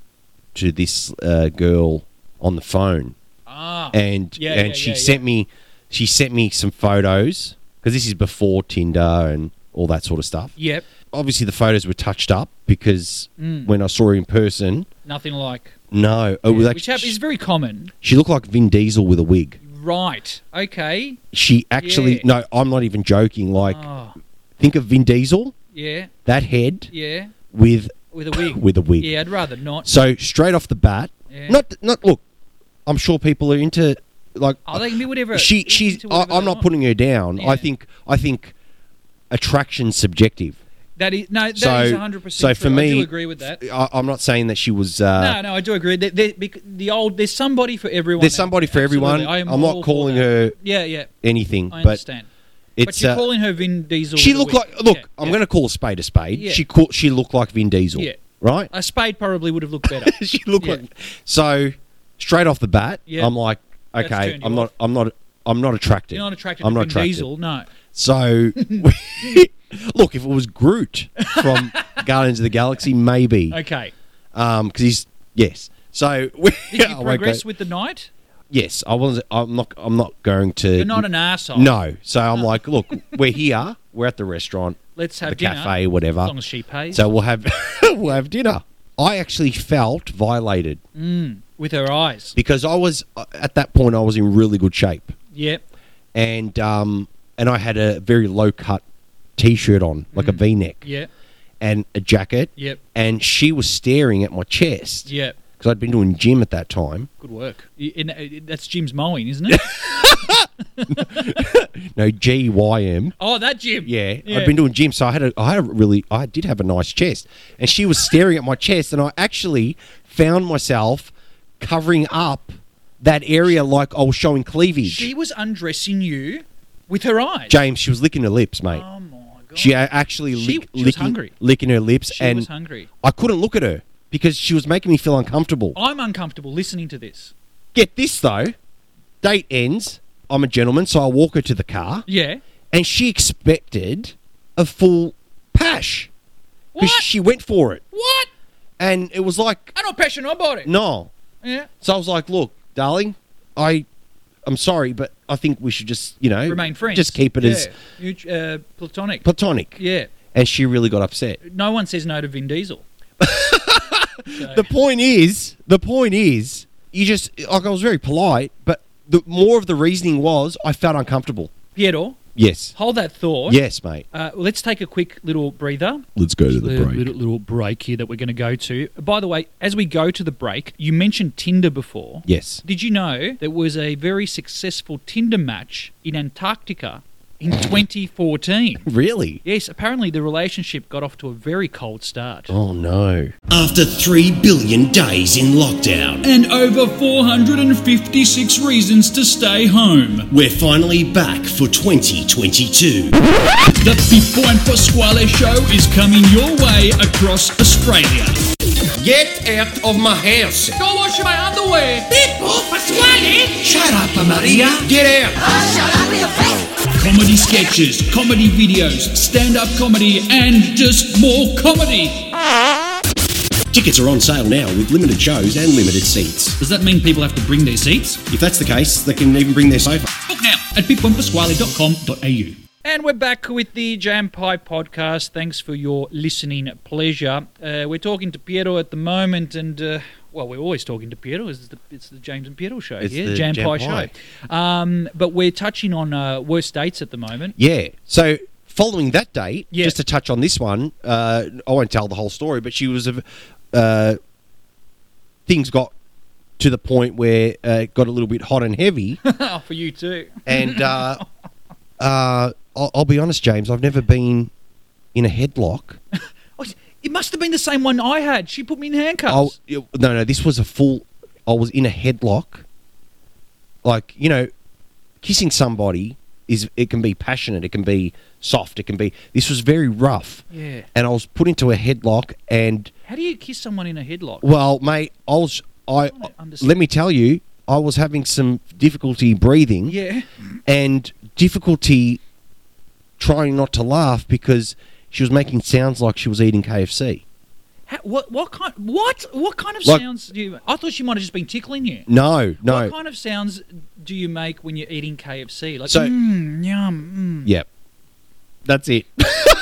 Speaker 4: to this uh, girl on the phone,
Speaker 3: Ah,
Speaker 4: and
Speaker 3: Yeah,
Speaker 4: and
Speaker 3: yeah,
Speaker 4: she
Speaker 3: yeah,
Speaker 4: sent me she sent me some photos because this is before Tinder and all that sort of stuff.
Speaker 3: yep.
Speaker 4: Obviously, the photos were touched up because
Speaker 3: Mm.
Speaker 4: when I saw her in person,
Speaker 3: Nothing like
Speaker 4: no, it was
Speaker 3: which
Speaker 4: Oh,
Speaker 3: hap-
Speaker 4: actually,
Speaker 3: is very common.
Speaker 4: she looked like Vin Diesel with a wig.
Speaker 3: Right. Okay.
Speaker 4: She actually,
Speaker 3: Yeah.
Speaker 4: no, I'm not even joking. Like,
Speaker 3: oh,
Speaker 4: think of Vin Diesel,
Speaker 3: yeah.
Speaker 4: that head
Speaker 3: Yeah.
Speaker 4: with
Speaker 3: With a wig.
Speaker 4: with a wig.
Speaker 3: yeah, I'd rather not.
Speaker 4: So straight off the bat,
Speaker 3: Yeah.
Speaker 4: not not look. I'm sure people are into like
Speaker 3: Oh, they can be whatever.
Speaker 4: she she's.
Speaker 3: into
Speaker 4: I,
Speaker 3: whatever
Speaker 4: I'm
Speaker 3: they
Speaker 4: not
Speaker 3: want.
Speaker 4: putting her down.
Speaker 3: Yeah.
Speaker 4: I think I think attraction's subjective.
Speaker 3: That is no. That is
Speaker 4: So- so
Speaker 3: 100. percent
Speaker 4: for me-
Speaker 3: I do agree with that.
Speaker 4: I, I'm not saying that she was. Uh,
Speaker 3: no, no, I do agree. There, there, bec- the old, there's somebody for everyone.
Speaker 4: There's somebody for
Speaker 3: Absolutely.
Speaker 4: everyone.
Speaker 3: I am
Speaker 4: I'm
Speaker 3: all
Speaker 4: not
Speaker 3: for
Speaker 4: calling
Speaker 3: that.
Speaker 4: her
Speaker 3: Yeah, yeah,
Speaker 4: anything,
Speaker 3: I
Speaker 4: but
Speaker 3: understand. but
Speaker 4: it's.
Speaker 3: you're
Speaker 4: uh,
Speaker 3: calling her Vin Diesel.
Speaker 4: she
Speaker 3: with a
Speaker 4: looked
Speaker 3: wig.
Speaker 4: like. Look,
Speaker 3: Yeah,
Speaker 4: I'm
Speaker 3: yeah.
Speaker 4: going to call a spade a spade.
Speaker 3: Yeah.
Speaker 4: She call, She looked like Vin Diesel.
Speaker 3: Yeah.
Speaker 4: Right.
Speaker 3: A spade probably would have looked better.
Speaker 4: she looked
Speaker 3: Yeah.
Speaker 4: like. So straight off the bat,
Speaker 3: Yeah.
Speaker 4: I'm like,
Speaker 3: That's
Speaker 4: okay,
Speaker 3: turned you
Speaker 4: I'm not.
Speaker 3: off.
Speaker 4: I'm not. I'm not attracted.
Speaker 3: You're not attracted
Speaker 4: I'm
Speaker 3: to
Speaker 4: not
Speaker 3: Vin
Speaker 4: attracted.
Speaker 3: Diesel, no.
Speaker 4: So, look, if it was Groot from Guardians of the Galaxy, maybe because
Speaker 3: Okay.
Speaker 4: Um, he's yes. So, we,
Speaker 3: Did you
Speaker 4: Oh, I won't
Speaker 3: progress
Speaker 4: go-
Speaker 3: with the night?
Speaker 4: yes, I wasn't. I'm not. I'm not going to.
Speaker 3: You're not an asshole.
Speaker 4: No. So I'm like, look, we're here. We're at the restaurant,
Speaker 3: Let's have
Speaker 4: the
Speaker 3: dinner.
Speaker 4: cafe, whatever.
Speaker 3: As long as she pays.
Speaker 4: so we'll have we'll have dinner. I actually felt violated
Speaker 3: Mm. with her eyes.
Speaker 4: because I was uh, at that point I was in really good shape
Speaker 3: Yeah.
Speaker 4: and um and I had a very low cut t-shirt on like a
Speaker 3: Mm.
Speaker 4: v-neck
Speaker 3: Yeah.
Speaker 4: and a jacket.
Speaker 3: Yep.
Speaker 4: And she was staring at my chest because
Speaker 3: Yeah.
Speaker 4: I'd been doing gym at that time.
Speaker 3: Good work. Y- and, uh, that's Jim's mowing, isn't it?
Speaker 4: No, G Y M.
Speaker 3: oh, that Jim.
Speaker 4: Yeah,
Speaker 3: Yeah.
Speaker 4: I'd been doing gym, so I had a, I had a really, I did have a nice chest, and she was staring at my chest, and I actually found myself covering up that area like I was showing cleavage.
Speaker 3: She was undressing you with her eyes.
Speaker 4: James, she was licking her lips, mate.
Speaker 3: oh my god.
Speaker 4: She a- actually
Speaker 3: She-
Speaker 4: lick,
Speaker 3: she was
Speaker 4: licking,
Speaker 3: hungry.
Speaker 4: licking her lips,
Speaker 3: She
Speaker 4: and
Speaker 3: was hungry.
Speaker 4: I couldn't look at her because she was making me feel uncomfortable.
Speaker 3: I'm uncomfortable listening to this.
Speaker 4: Get this though, date ends. I'm a gentleman, so I walk her to the car,
Speaker 3: Yeah.
Speaker 4: and she expected a full pash
Speaker 3: What?
Speaker 4: because she went for it,
Speaker 3: what?
Speaker 4: and it was like
Speaker 3: I don't passion about it.
Speaker 4: no.
Speaker 3: Yeah.
Speaker 4: So I was like, "Look, darling, I, I'm sorry, but I think we should just, you know,
Speaker 3: Remain friends.
Speaker 4: Just keep it
Speaker 3: yeah.
Speaker 4: as
Speaker 3: Mut- uh, platonic.
Speaker 4: platonic."
Speaker 3: yeah.
Speaker 4: And she really got upset.
Speaker 3: No one says no to Vin Diesel.
Speaker 4: The point is, the point is, you just like I was very polite, but the more of the reasoning was I felt uncomfortable.
Speaker 3: Pietro,
Speaker 4: Yes,
Speaker 3: hold that thought.
Speaker 4: yes, mate.
Speaker 3: Uh, let's take a quick little breather.
Speaker 1: Let's go to the
Speaker 3: little,
Speaker 1: break.
Speaker 3: little, little break here that we're going to go to. By the way, as we go to the break, you mentioned Tinder before.
Speaker 4: Yes.
Speaker 3: Did you know there was a very successful Tinder match in Antarctica in 2014?
Speaker 4: Really?
Speaker 3: yes, apparently the relationship got off to a very cold start.
Speaker 4: Oh no.
Speaker 5: After 3 billion days in lockdown,
Speaker 2: And over 456 reasons to stay home.
Speaker 5: we're finally back for 2022.
Speaker 2: The Pippo and Pasquale show is coming your way across Australia.
Speaker 5: Get out of my house!
Speaker 2: Go wash my underwear.
Speaker 5: Shut up, Maria! Get out!
Speaker 2: Comedy sketches, comedy videos, stand up comedy, and just more comedy.
Speaker 5: Tickets are on sale now with limited shows and limited seats.
Speaker 2: Does that mean people have to bring their seats?
Speaker 5: If that's the case, they can even bring their sofa.
Speaker 2: Book now at pippoandpasquale.com.au.
Speaker 3: And we're back with the Jam Pie podcast. Thanks for your listening pleasure. Uh, we're talking to Piero at the moment, and uh, well, we're always talking to Piero. It's the, it's the James and Piero show
Speaker 4: It's
Speaker 3: here,
Speaker 4: the
Speaker 3: Jam,
Speaker 4: Jam
Speaker 3: Pie,
Speaker 4: Pie.
Speaker 3: show. Um, but we're touching on uh, worst dates at the moment.
Speaker 4: Yeah. So Following that date,
Speaker 3: Yeah.
Speaker 4: just to touch on this one, uh, I won't tell the whole story, but she was, a- uh, things got to the point where uh, it got a little bit hot and heavy.
Speaker 3: Oh, for you too.
Speaker 4: And uh, uh, I'll, I'll be honest, James, I've never been in a headlock.
Speaker 3: Oh, It must have been the same one I had. She put me in
Speaker 4: Oh
Speaker 3: handcuffs.
Speaker 4: no, no, this was a full. I was in a headlock. Like you know, kissing somebody is it can be passionate, it can be soft, it can be. This was very rough.
Speaker 3: Yeah.
Speaker 4: And I was put into a headlock, and
Speaker 3: How do you kiss someone in a headlock?
Speaker 4: well, mate, I was. I
Speaker 3: don't understand.
Speaker 4: let me tell you, I was having some difficulty breathing.
Speaker 3: Yeah.
Speaker 4: and difficulty trying not to laugh because she was making sounds like she was eating KFC.
Speaker 3: How, what what kind what what kind of
Speaker 4: Like-
Speaker 3: sounds do you? I thought she might have just been tickling you.
Speaker 4: No, no.
Speaker 3: What kind of sounds do you make when you're eating KFC? Like,
Speaker 4: So-
Speaker 3: mm, yum.
Speaker 4: Yep. That's it.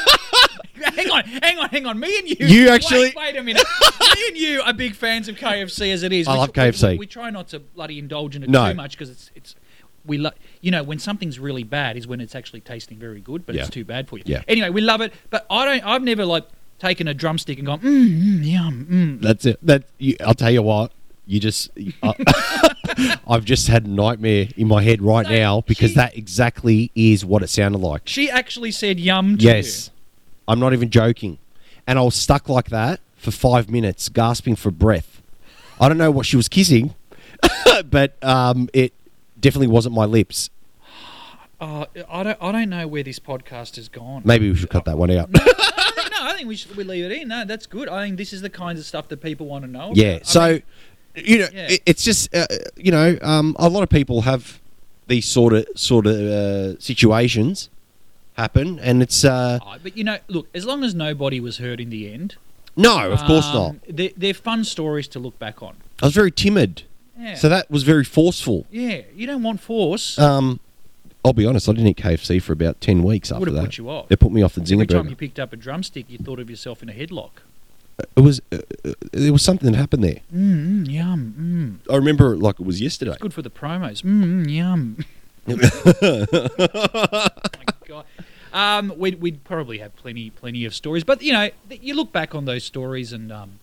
Speaker 3: Mm. Hang on, hang on, hang on. Me and you.
Speaker 4: You
Speaker 3: wait,
Speaker 4: actually-
Speaker 3: Wait, a minute. Me and you are big fans of KFC as it is.
Speaker 4: I
Speaker 3: We-
Speaker 4: love KFC.
Speaker 3: We, we try not to bloody indulge in it
Speaker 4: No.
Speaker 3: too much because it's it's we love. You know, when something's really bad is when it's actually tasting very good, but
Speaker 4: Yeah.
Speaker 3: it's too bad for you.
Speaker 4: Yeah.
Speaker 3: Anyway, we love it, but I don't. I've never like taken a drumstick and gone, mm, mm yum, mm.
Speaker 4: That's it. That you, I'll tell you what. You just I, I've just had a nightmare in my head right
Speaker 3: No,
Speaker 4: now because
Speaker 3: she-
Speaker 4: that exactly is what it sounded like.
Speaker 3: She actually said yum to
Speaker 4: Yes. I'm not even joking. And I was stuck like that for five minutes, gasping for breath. I don't know what she was kissing, but um, it definitely wasn't my lips.
Speaker 3: you. Uh, I don't. I don't know where this podcast has gone.
Speaker 4: Maybe we should cut that one out.
Speaker 3: no, I think we should we leave it in. No, that's good. I think this is the kinds of stuff that people want to know.
Speaker 4: yeah.
Speaker 3: about. I
Speaker 4: So,
Speaker 3: mean,
Speaker 4: you know,
Speaker 3: Yeah.
Speaker 4: it, it's just, uh, you know, um, a lot of people have these sort of sort of uh, situations happen, and it's uh,
Speaker 3: I- but you know, look, as long as nobody was hurt in the end,
Speaker 4: no, of course not.
Speaker 3: um, They're, they're fun stories to look back on.
Speaker 4: I was very timid,
Speaker 3: Yeah.
Speaker 4: so that was very forceful.
Speaker 3: yeah, you don't want force.
Speaker 4: Um, I'll be honest, I didn't eat KFC for about 10 weeks after
Speaker 3: Would've
Speaker 4: that.
Speaker 3: put you off.
Speaker 4: It put me off the
Speaker 3: Every
Speaker 4: Zinger
Speaker 3: time
Speaker 4: burger.
Speaker 3: you picked up a drumstick, you thought of yourself in a headlock.
Speaker 4: It was, uh, uh, there was something that happened there.
Speaker 3: Mm, mm, yum. Mm.
Speaker 4: I remember it like it was yesterday.
Speaker 3: Good for the promos. Mm, mm, yum. My God. Um, we'd, we'd probably have plenty, plenty of stories, but you know, th- you look back on those stories and um,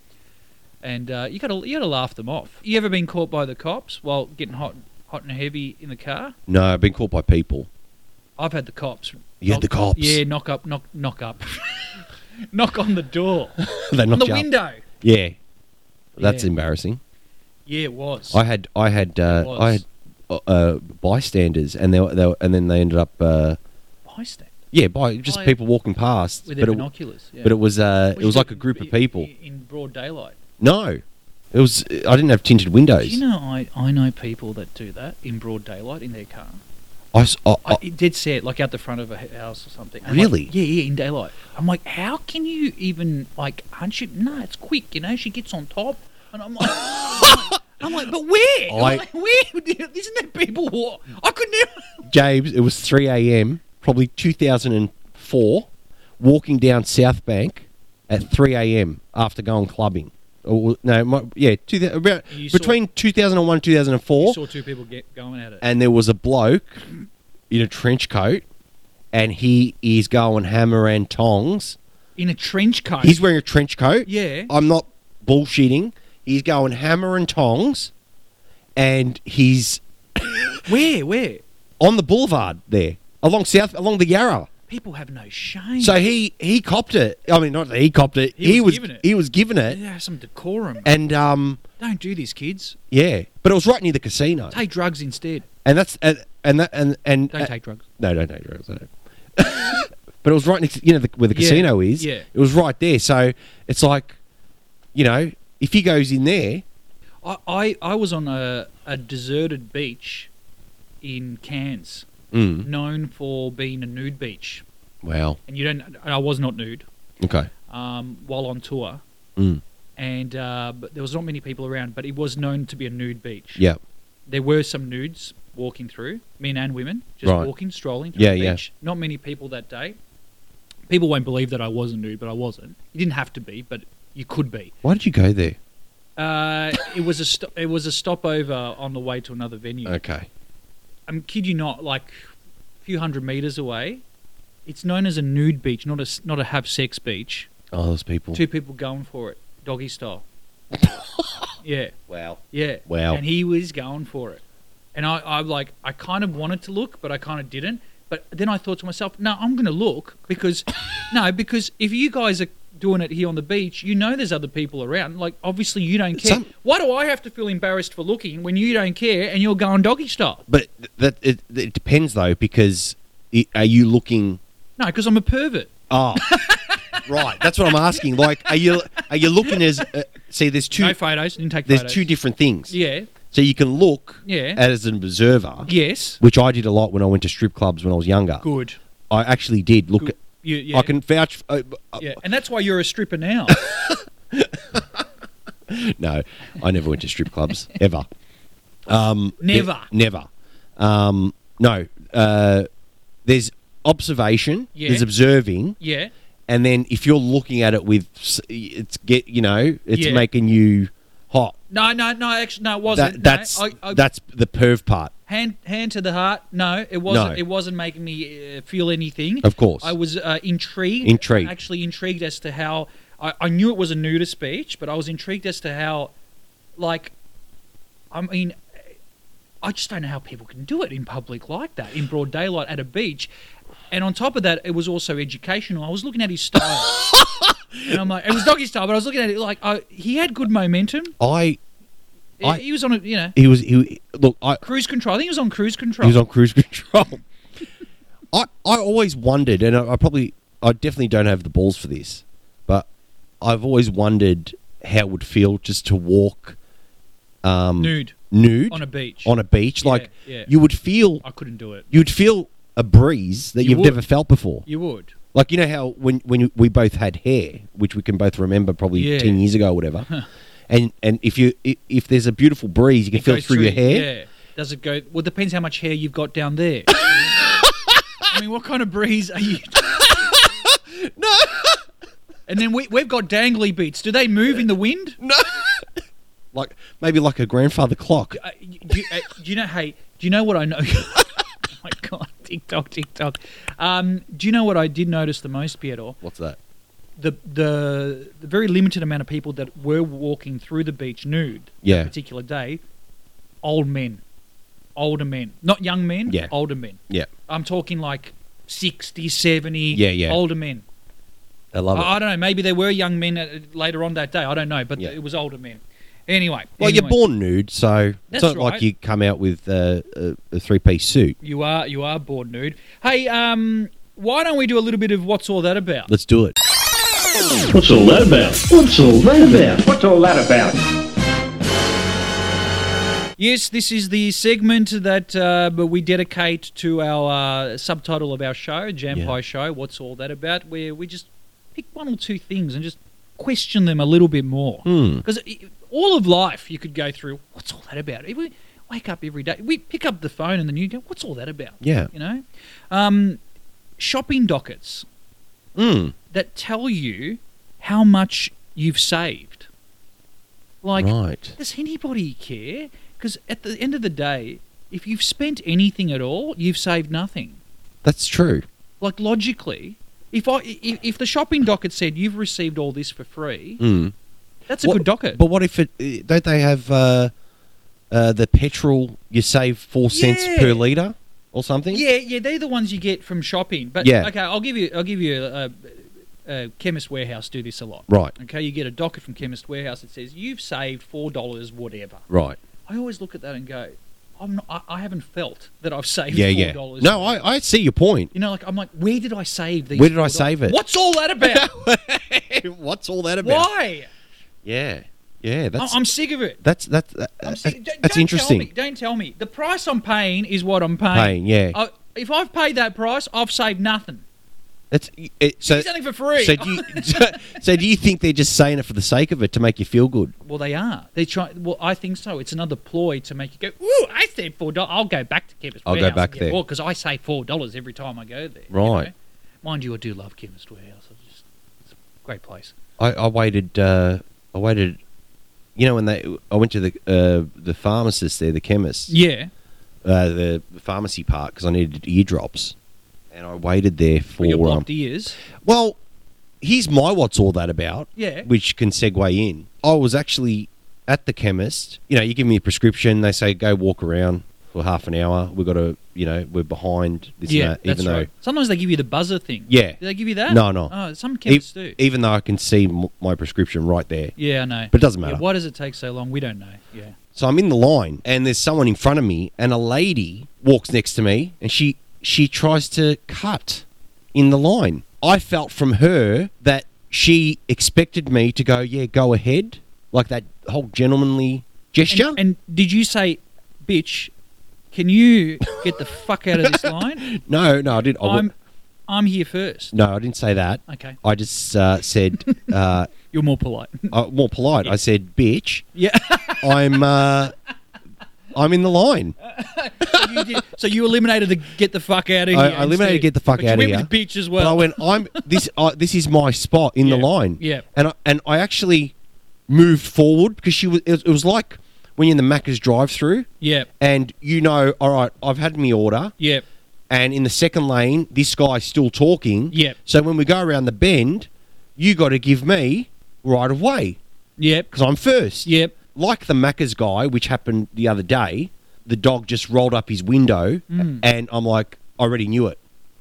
Speaker 3: and uh, you gotta, you gotta laugh them off. You ever been caught by the cops while getting hot, hot and heavy in the car?
Speaker 4: No, I've been caught by people.
Speaker 3: I've had the cops.
Speaker 4: You had the cops.
Speaker 3: Yeah, knock up, knock, knock up, knock on the door,
Speaker 4: they
Speaker 3: on
Speaker 4: knocked
Speaker 3: the
Speaker 4: you up.
Speaker 3: window.
Speaker 4: Yeah. That's
Speaker 3: Yeah.
Speaker 4: embarrassing.
Speaker 3: Yeah, it was.
Speaker 4: I had I had uh,
Speaker 3: was.
Speaker 4: I had uh, uh, bystanders, and they, were- they were, and then they ended up uh,
Speaker 3: Bystander
Speaker 4: yeah, by just
Speaker 3: Oh, yeah.
Speaker 4: people walking past.
Speaker 3: with
Speaker 4: But
Speaker 3: their
Speaker 4: it,
Speaker 3: binoculars. yeah.
Speaker 4: but it was uh,
Speaker 3: Which
Speaker 4: it was
Speaker 3: is
Speaker 4: like a group of
Speaker 3: in-
Speaker 4: people.
Speaker 3: in broad daylight.
Speaker 4: No, it was I didn't have tinted
Speaker 3: Do
Speaker 4: windows.
Speaker 3: you know, I, I know people that do that in broad daylight in their car.
Speaker 4: I s- I-
Speaker 3: I,
Speaker 4: I-
Speaker 3: it did say it like out the front of a h- house or something. I'm like,
Speaker 4: Oh. Really?
Speaker 3: yeah, yeah, in daylight. I'm like, how can you even like? Aren't you? No, it's quick. You know, she gets on top, and I'm like, I'm like- I'm like, but where? I'm
Speaker 4: I-
Speaker 3: like, where? Isn't there people? Walk? I could never.
Speaker 4: James, it was 3 a.m., probably 2004, walking down South Bank at 3 a.m. after going clubbing. Or, no, my, yeah, two, thou- about,
Speaker 3: You saw-
Speaker 4: between 2001 and 2004,
Speaker 3: Saw two people get going at it.
Speaker 4: and there was a bloke in a trench coat, and he is going hammer and tongs.
Speaker 3: in a trench coat.
Speaker 4: He's wearing a trench coat.
Speaker 3: Yeah.
Speaker 4: I'm not bullshitting. He's going hammer and tongs, and he's
Speaker 3: where? Where?
Speaker 4: on the boulevard there, along South, along the Yarra.
Speaker 3: People have no shame.
Speaker 4: So he he copped it. I mean, not that he copped it.
Speaker 3: He
Speaker 4: He,
Speaker 3: was
Speaker 4: was,
Speaker 3: given it.
Speaker 4: he was given it,
Speaker 3: they have some decorum.
Speaker 4: and um,
Speaker 3: Don't do this, kids.
Speaker 4: yeah. But it was right near the casino,
Speaker 3: Take drugs instead.
Speaker 4: and that's and, and that and and
Speaker 3: Don't take drugs.
Speaker 4: no, don't take drugs. No. but it was right next, you know, the, where the
Speaker 3: Yeah,
Speaker 4: casino is.
Speaker 3: yeah.
Speaker 4: it was right there. So it's like, you know, if he goes in there,
Speaker 3: I, I, I was on a, a deserted beach in Cairns,
Speaker 4: Mm. Hmm?
Speaker 3: known for being a nude beach.
Speaker 4: wow,
Speaker 3: And you don't. and I was not nude
Speaker 4: okay,
Speaker 3: um, while on tour,
Speaker 4: Mm.
Speaker 3: and uh, but there was not many people around. But it was known to be a nude beach.
Speaker 4: yeah,
Speaker 3: There were some nudes walking through, men and women, just
Speaker 4: Right.
Speaker 3: walking, strolling through
Speaker 4: Yeah,
Speaker 3: the
Speaker 4: yeah.
Speaker 3: beach. Not many people that day. People won't believe that I was a nude, but I wasn't. You didn't have to be, but you could be.
Speaker 4: why did you go there?
Speaker 3: Uh, it was a sto- it was a stopover on the way to another venue.
Speaker 4: Okay,
Speaker 3: Um, I'm kid you not, like a few hundred meters away It's known as a nude beach, not a s- not a have sex beach.
Speaker 4: Oh, those people.
Speaker 3: Two people going for it, doggy style. yeah,
Speaker 4: Wow.
Speaker 3: yeah.
Speaker 4: Wow.
Speaker 3: And he was going for it, and I, I like, I kind of wanted to look, but I kind of didn't. But then I thought to myself, no, I'm going to look because, no, because if you guys are doing it here on the beach, you know there's other people around. Like, obviously you don't care.
Speaker 4: Some-
Speaker 3: Why do I have to feel embarrassed for looking when you don't care and you're going doggy style?
Speaker 4: But th- that it, it depends though, because i are you looking?
Speaker 3: No, because I'm a pervert.
Speaker 4: Oh, right. That's what I'm asking. Like, are you are you looking as? Uh, see, there's two.
Speaker 3: no photos. Didn't take
Speaker 4: there's
Speaker 3: photos.
Speaker 4: two different things.
Speaker 3: Yeah.
Speaker 4: So you can look
Speaker 3: Yeah.
Speaker 4: as an observer,
Speaker 3: Yes.
Speaker 4: which I did a lot when I went to strip clubs when I was younger.
Speaker 3: Good.
Speaker 4: I actually did look.
Speaker 3: Good.
Speaker 4: At,
Speaker 3: You, yeah.
Speaker 4: I can vouch. Uh, uh,
Speaker 3: Yeah, and that's why you're a stripper now.
Speaker 4: No, I never went to strip clubs ever. Um,
Speaker 3: Never.
Speaker 4: ne- never. Um, no. Uh, there's observation.
Speaker 3: Yeah.
Speaker 4: There's observing.
Speaker 3: yeah.
Speaker 4: and then if you're looking at it with s- it's get you know it's
Speaker 3: Yeah.
Speaker 4: making you hot
Speaker 3: No, no, no. Actually, no, it
Speaker 4: that,
Speaker 3: wasn't. No,
Speaker 4: that's
Speaker 3: I, I,
Speaker 4: that's the perv part
Speaker 3: hand hand to the heart. No, it wasn't.
Speaker 4: No.
Speaker 3: It wasn't making me uh, feel anything.
Speaker 4: Of course.
Speaker 3: I was uh, intrigued.
Speaker 4: Intrigued.
Speaker 3: Actually, intrigued as to how I, I knew it was a nudist speech, but I was intrigued as to how, like, I mean. I just don't know how people can do it in public like that, in broad daylight at a beach. And on top of that, it was also educational. I was looking at his style. and I'm like, it was doggy style, but I was looking at it like I, he had good momentum.
Speaker 4: i I-
Speaker 3: he was on a, you know,
Speaker 4: he was he look i
Speaker 3: cruise control. I think he was on cruise control.
Speaker 4: he was on cruise control i i always wondered and I, I probably i definitely don't have the balls for this but i've always wondered how it would feel just to walk
Speaker 3: nude
Speaker 4: nude
Speaker 3: on a beach.
Speaker 4: on a beach
Speaker 3: Yeah,
Speaker 4: like
Speaker 3: yeah.
Speaker 4: you would feel
Speaker 3: I couldn't do it.
Speaker 4: you'd feel a breeze that
Speaker 3: You
Speaker 4: you've
Speaker 3: would.
Speaker 4: never felt before
Speaker 3: You would.
Speaker 4: Like you know how when when you- we both had hair, which we can both remember probably
Speaker 3: Yeah.
Speaker 4: ten years ago or whatever, and and if you i- if there's a beautiful breeze, you can feel it
Speaker 3: goes
Speaker 4: through your hair.
Speaker 3: Yeah. Does it go? Well, depends how much hair you've got down there. I mean, what kind of breeze are you? no. And then we, we've got dangly beats. Do they move in the wind?
Speaker 4: Like maybe like a grandfather clock.
Speaker 3: Uh, y- do, you, uh, do you know? Hey, do you know what I know? oh my god, TikTok, TikTok. Um, do you know what I did notice the most, Pietro?
Speaker 4: What's that?
Speaker 3: the the the very limited amount of people that were walking through the beach nude
Speaker 4: Yeah.
Speaker 3: that particular day, old men, older men, not young men,
Speaker 4: Yeah.
Speaker 3: older men.
Speaker 4: Yeah,
Speaker 3: I'm talking like 60, 70,
Speaker 4: Yeah, yeah.
Speaker 3: older men.
Speaker 4: I love it.
Speaker 3: I, I don't know. Maybe there were young men uh, later on that day. I don't know, but
Speaker 4: Yeah.
Speaker 3: it was older men. Anyway,
Speaker 4: well,
Speaker 3: anyway,
Speaker 4: you're born nude, so
Speaker 3: That's
Speaker 4: it's not
Speaker 3: right.
Speaker 4: like you come out with uh, a, a three piece suit.
Speaker 3: You are you are born nude. Hey, um, why don't we do a little bit of what's all that about?
Speaker 4: Let's do it.
Speaker 5: What's all that about? What's all that about? What's all that about?
Speaker 3: Yes, this is the segment that uh, we dedicate to our uh, subtitle of our show, Jam
Speaker 4: Yeah.
Speaker 3: Pie Show. What's all that about? Where we just pick one or two things and just question them a little bit more. Because all of life, you could go through. What's all that about? If we wake up every day, we pick up the phone and then you go, "What's all that about?"
Speaker 4: Yeah.
Speaker 3: you know, um, shopping dockets
Speaker 4: Mm.
Speaker 3: that tell you how much you've saved. Like,
Speaker 4: right.
Speaker 3: does anybody care? Because at the end of the day, if you've spent anything at all, you've saved nothing.
Speaker 4: That's true.
Speaker 3: Like logically, if I if, if the shopping docket said you've received all this for free,
Speaker 4: Mm.
Speaker 3: that's a
Speaker 4: What-
Speaker 3: good docket.
Speaker 4: But what if it? uh, Don't they have uh, uh, the petrol? You save four cents
Speaker 3: Yeah.
Speaker 4: per liter or something.
Speaker 3: yeah, yeah, they're the ones you get from shopping. But
Speaker 4: Yeah.
Speaker 3: okay, I'll give you I'll give you a, a chemist warehouse do this a lot.
Speaker 4: Right.
Speaker 3: Okay, you get a docket from chemist warehouse that says you've saved four dollars whatever.
Speaker 4: Right.
Speaker 3: I always look at that and go, I'm not, I, I haven't felt that I've saved
Speaker 4: Yeah,
Speaker 3: four
Speaker 4: yeah.
Speaker 3: dollars.
Speaker 4: No, I, I see your point.
Speaker 3: You know, like I'm like, where did I save these?
Speaker 4: Where did I
Speaker 3: $4?
Speaker 4: save it?
Speaker 3: What's all that about?
Speaker 4: What's all that
Speaker 3: Why?
Speaker 4: Yeah, yeah.
Speaker 3: I-
Speaker 4: That's
Speaker 3: I'm sick of it.
Speaker 4: that's that's that,
Speaker 3: I'm
Speaker 4: that's,
Speaker 3: sick. Don't- don't tell
Speaker 4: interesting.
Speaker 3: me- don't tell me. The price I'm paying is what I'm
Speaker 4: Paying,
Speaker 3: paying.
Speaker 4: yeah.
Speaker 3: I, if I've paid that price, I've saved nothing.
Speaker 4: That's it, so.
Speaker 3: It's nothing for free.
Speaker 4: So do, Uh, you, so do you think they're just saying it for the sake of it to make you feel good?
Speaker 3: well, they are. They try. Well, I think so. It's another ploy to make you go. Ooh, I saved four dollars. I'll go back to Chemist
Speaker 4: I'll go
Speaker 3: Warehouse
Speaker 4: back
Speaker 3: and
Speaker 4: there.
Speaker 3: get more because I save four dollars every time I go there. you
Speaker 4: Right.
Speaker 3: know? Mind you, I do love Chemist Warehouse. It's, just, it's a great place.
Speaker 4: I, I waited. Uh, I waited. You know when they, I went to the uh, the pharmacist there, the chemist,
Speaker 3: Yeah.
Speaker 4: uh, the pharmacy part because I needed eardrops, and I waited there for.
Speaker 3: your
Speaker 4: um,
Speaker 3: blocked ears.
Speaker 4: well, here's my what's all that about.
Speaker 3: Yeah.
Speaker 4: Which can segue in. I was actually at the chemist. You know, you give me a prescription. They say go walk around for half an hour. We've got to, you know, we're behind this.
Speaker 3: yeah,
Speaker 4: and that,
Speaker 3: that's
Speaker 4: even though
Speaker 3: right. Sometimes they give you the buzzer thing.
Speaker 4: Yeah.
Speaker 3: Do they give you that?
Speaker 4: No, no.
Speaker 3: Oh, some
Speaker 4: e-
Speaker 3: chemists do.
Speaker 4: even though I can see m- my prescription right there.
Speaker 3: yeah, I know.
Speaker 4: But it doesn't
Speaker 3: Yeah,
Speaker 4: matter.
Speaker 3: why does it take so long? We don't know. Yeah.
Speaker 4: So I'm in the line, and there's someone in front of me, and a lady walks next to me, and she she tries to cut in the line. I felt from her that she expected me to go, yeah, go ahead, like that whole gentlemanly
Speaker 3: And,
Speaker 4: gesture.
Speaker 3: and did you say, bitch, can you get the fuck out of this line?
Speaker 4: no, no, I didn't. I wa-
Speaker 3: I'm, I'm here first.
Speaker 4: no, I didn't say that.
Speaker 3: Okay.
Speaker 4: I just uh, said uh,
Speaker 3: You're more polite.
Speaker 4: uh, more polite. I said, bitch,
Speaker 3: yeah.
Speaker 4: I'm uh, I'm in the line.
Speaker 3: you did, so you eliminated the get the fuck out of here.
Speaker 4: I, I eliminated
Speaker 3: instead.
Speaker 4: get the fuck
Speaker 3: But you
Speaker 4: out of
Speaker 3: went
Speaker 4: here.
Speaker 3: With bitch as
Speaker 4: But I
Speaker 3: well.
Speaker 4: went. I'm this. Uh, this is my spot in
Speaker 3: Yeah.
Speaker 4: the line.
Speaker 3: Yeah.
Speaker 4: And I, and I actually moved forward because she was. It, was. it was like when you're in the Macca's drive-through,
Speaker 3: yeah.
Speaker 4: and you know, all right, I've had me order,
Speaker 3: Yeah.
Speaker 4: and in the second lane, this guy's still talking.
Speaker 3: Yeah.
Speaker 4: So when we go around the bend, you got to give me right of way
Speaker 3: Yep.
Speaker 4: because I'm first.
Speaker 3: Yep.
Speaker 4: Like the Macca's guy, which happened the other day, the dog just rolled up his window,
Speaker 3: Hmm.
Speaker 4: and I'm like, I already knew it.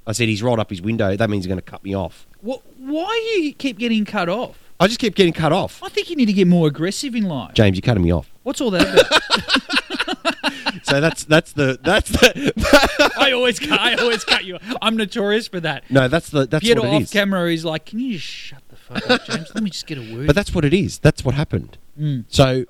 Speaker 4: I said, he's rolled up his window. That means he's going to cut me off.
Speaker 3: Wh- why you keep getting cut off?
Speaker 4: I just kept getting cut off.
Speaker 3: I think you need to get more aggressive in life.
Speaker 4: James, you're cutting me off.
Speaker 3: What's all that about?
Speaker 4: So that's that's the that's the
Speaker 3: I always cut. I always cut you. off. I'm notorious for that.
Speaker 4: no that's the that's
Speaker 3: Pietro
Speaker 4: what it
Speaker 3: off
Speaker 4: is.
Speaker 3: camera is like, can you just shut the fuck up, James? Let me just get a word.
Speaker 4: But that's what it is. That's what happened.
Speaker 3: Mm.
Speaker 4: So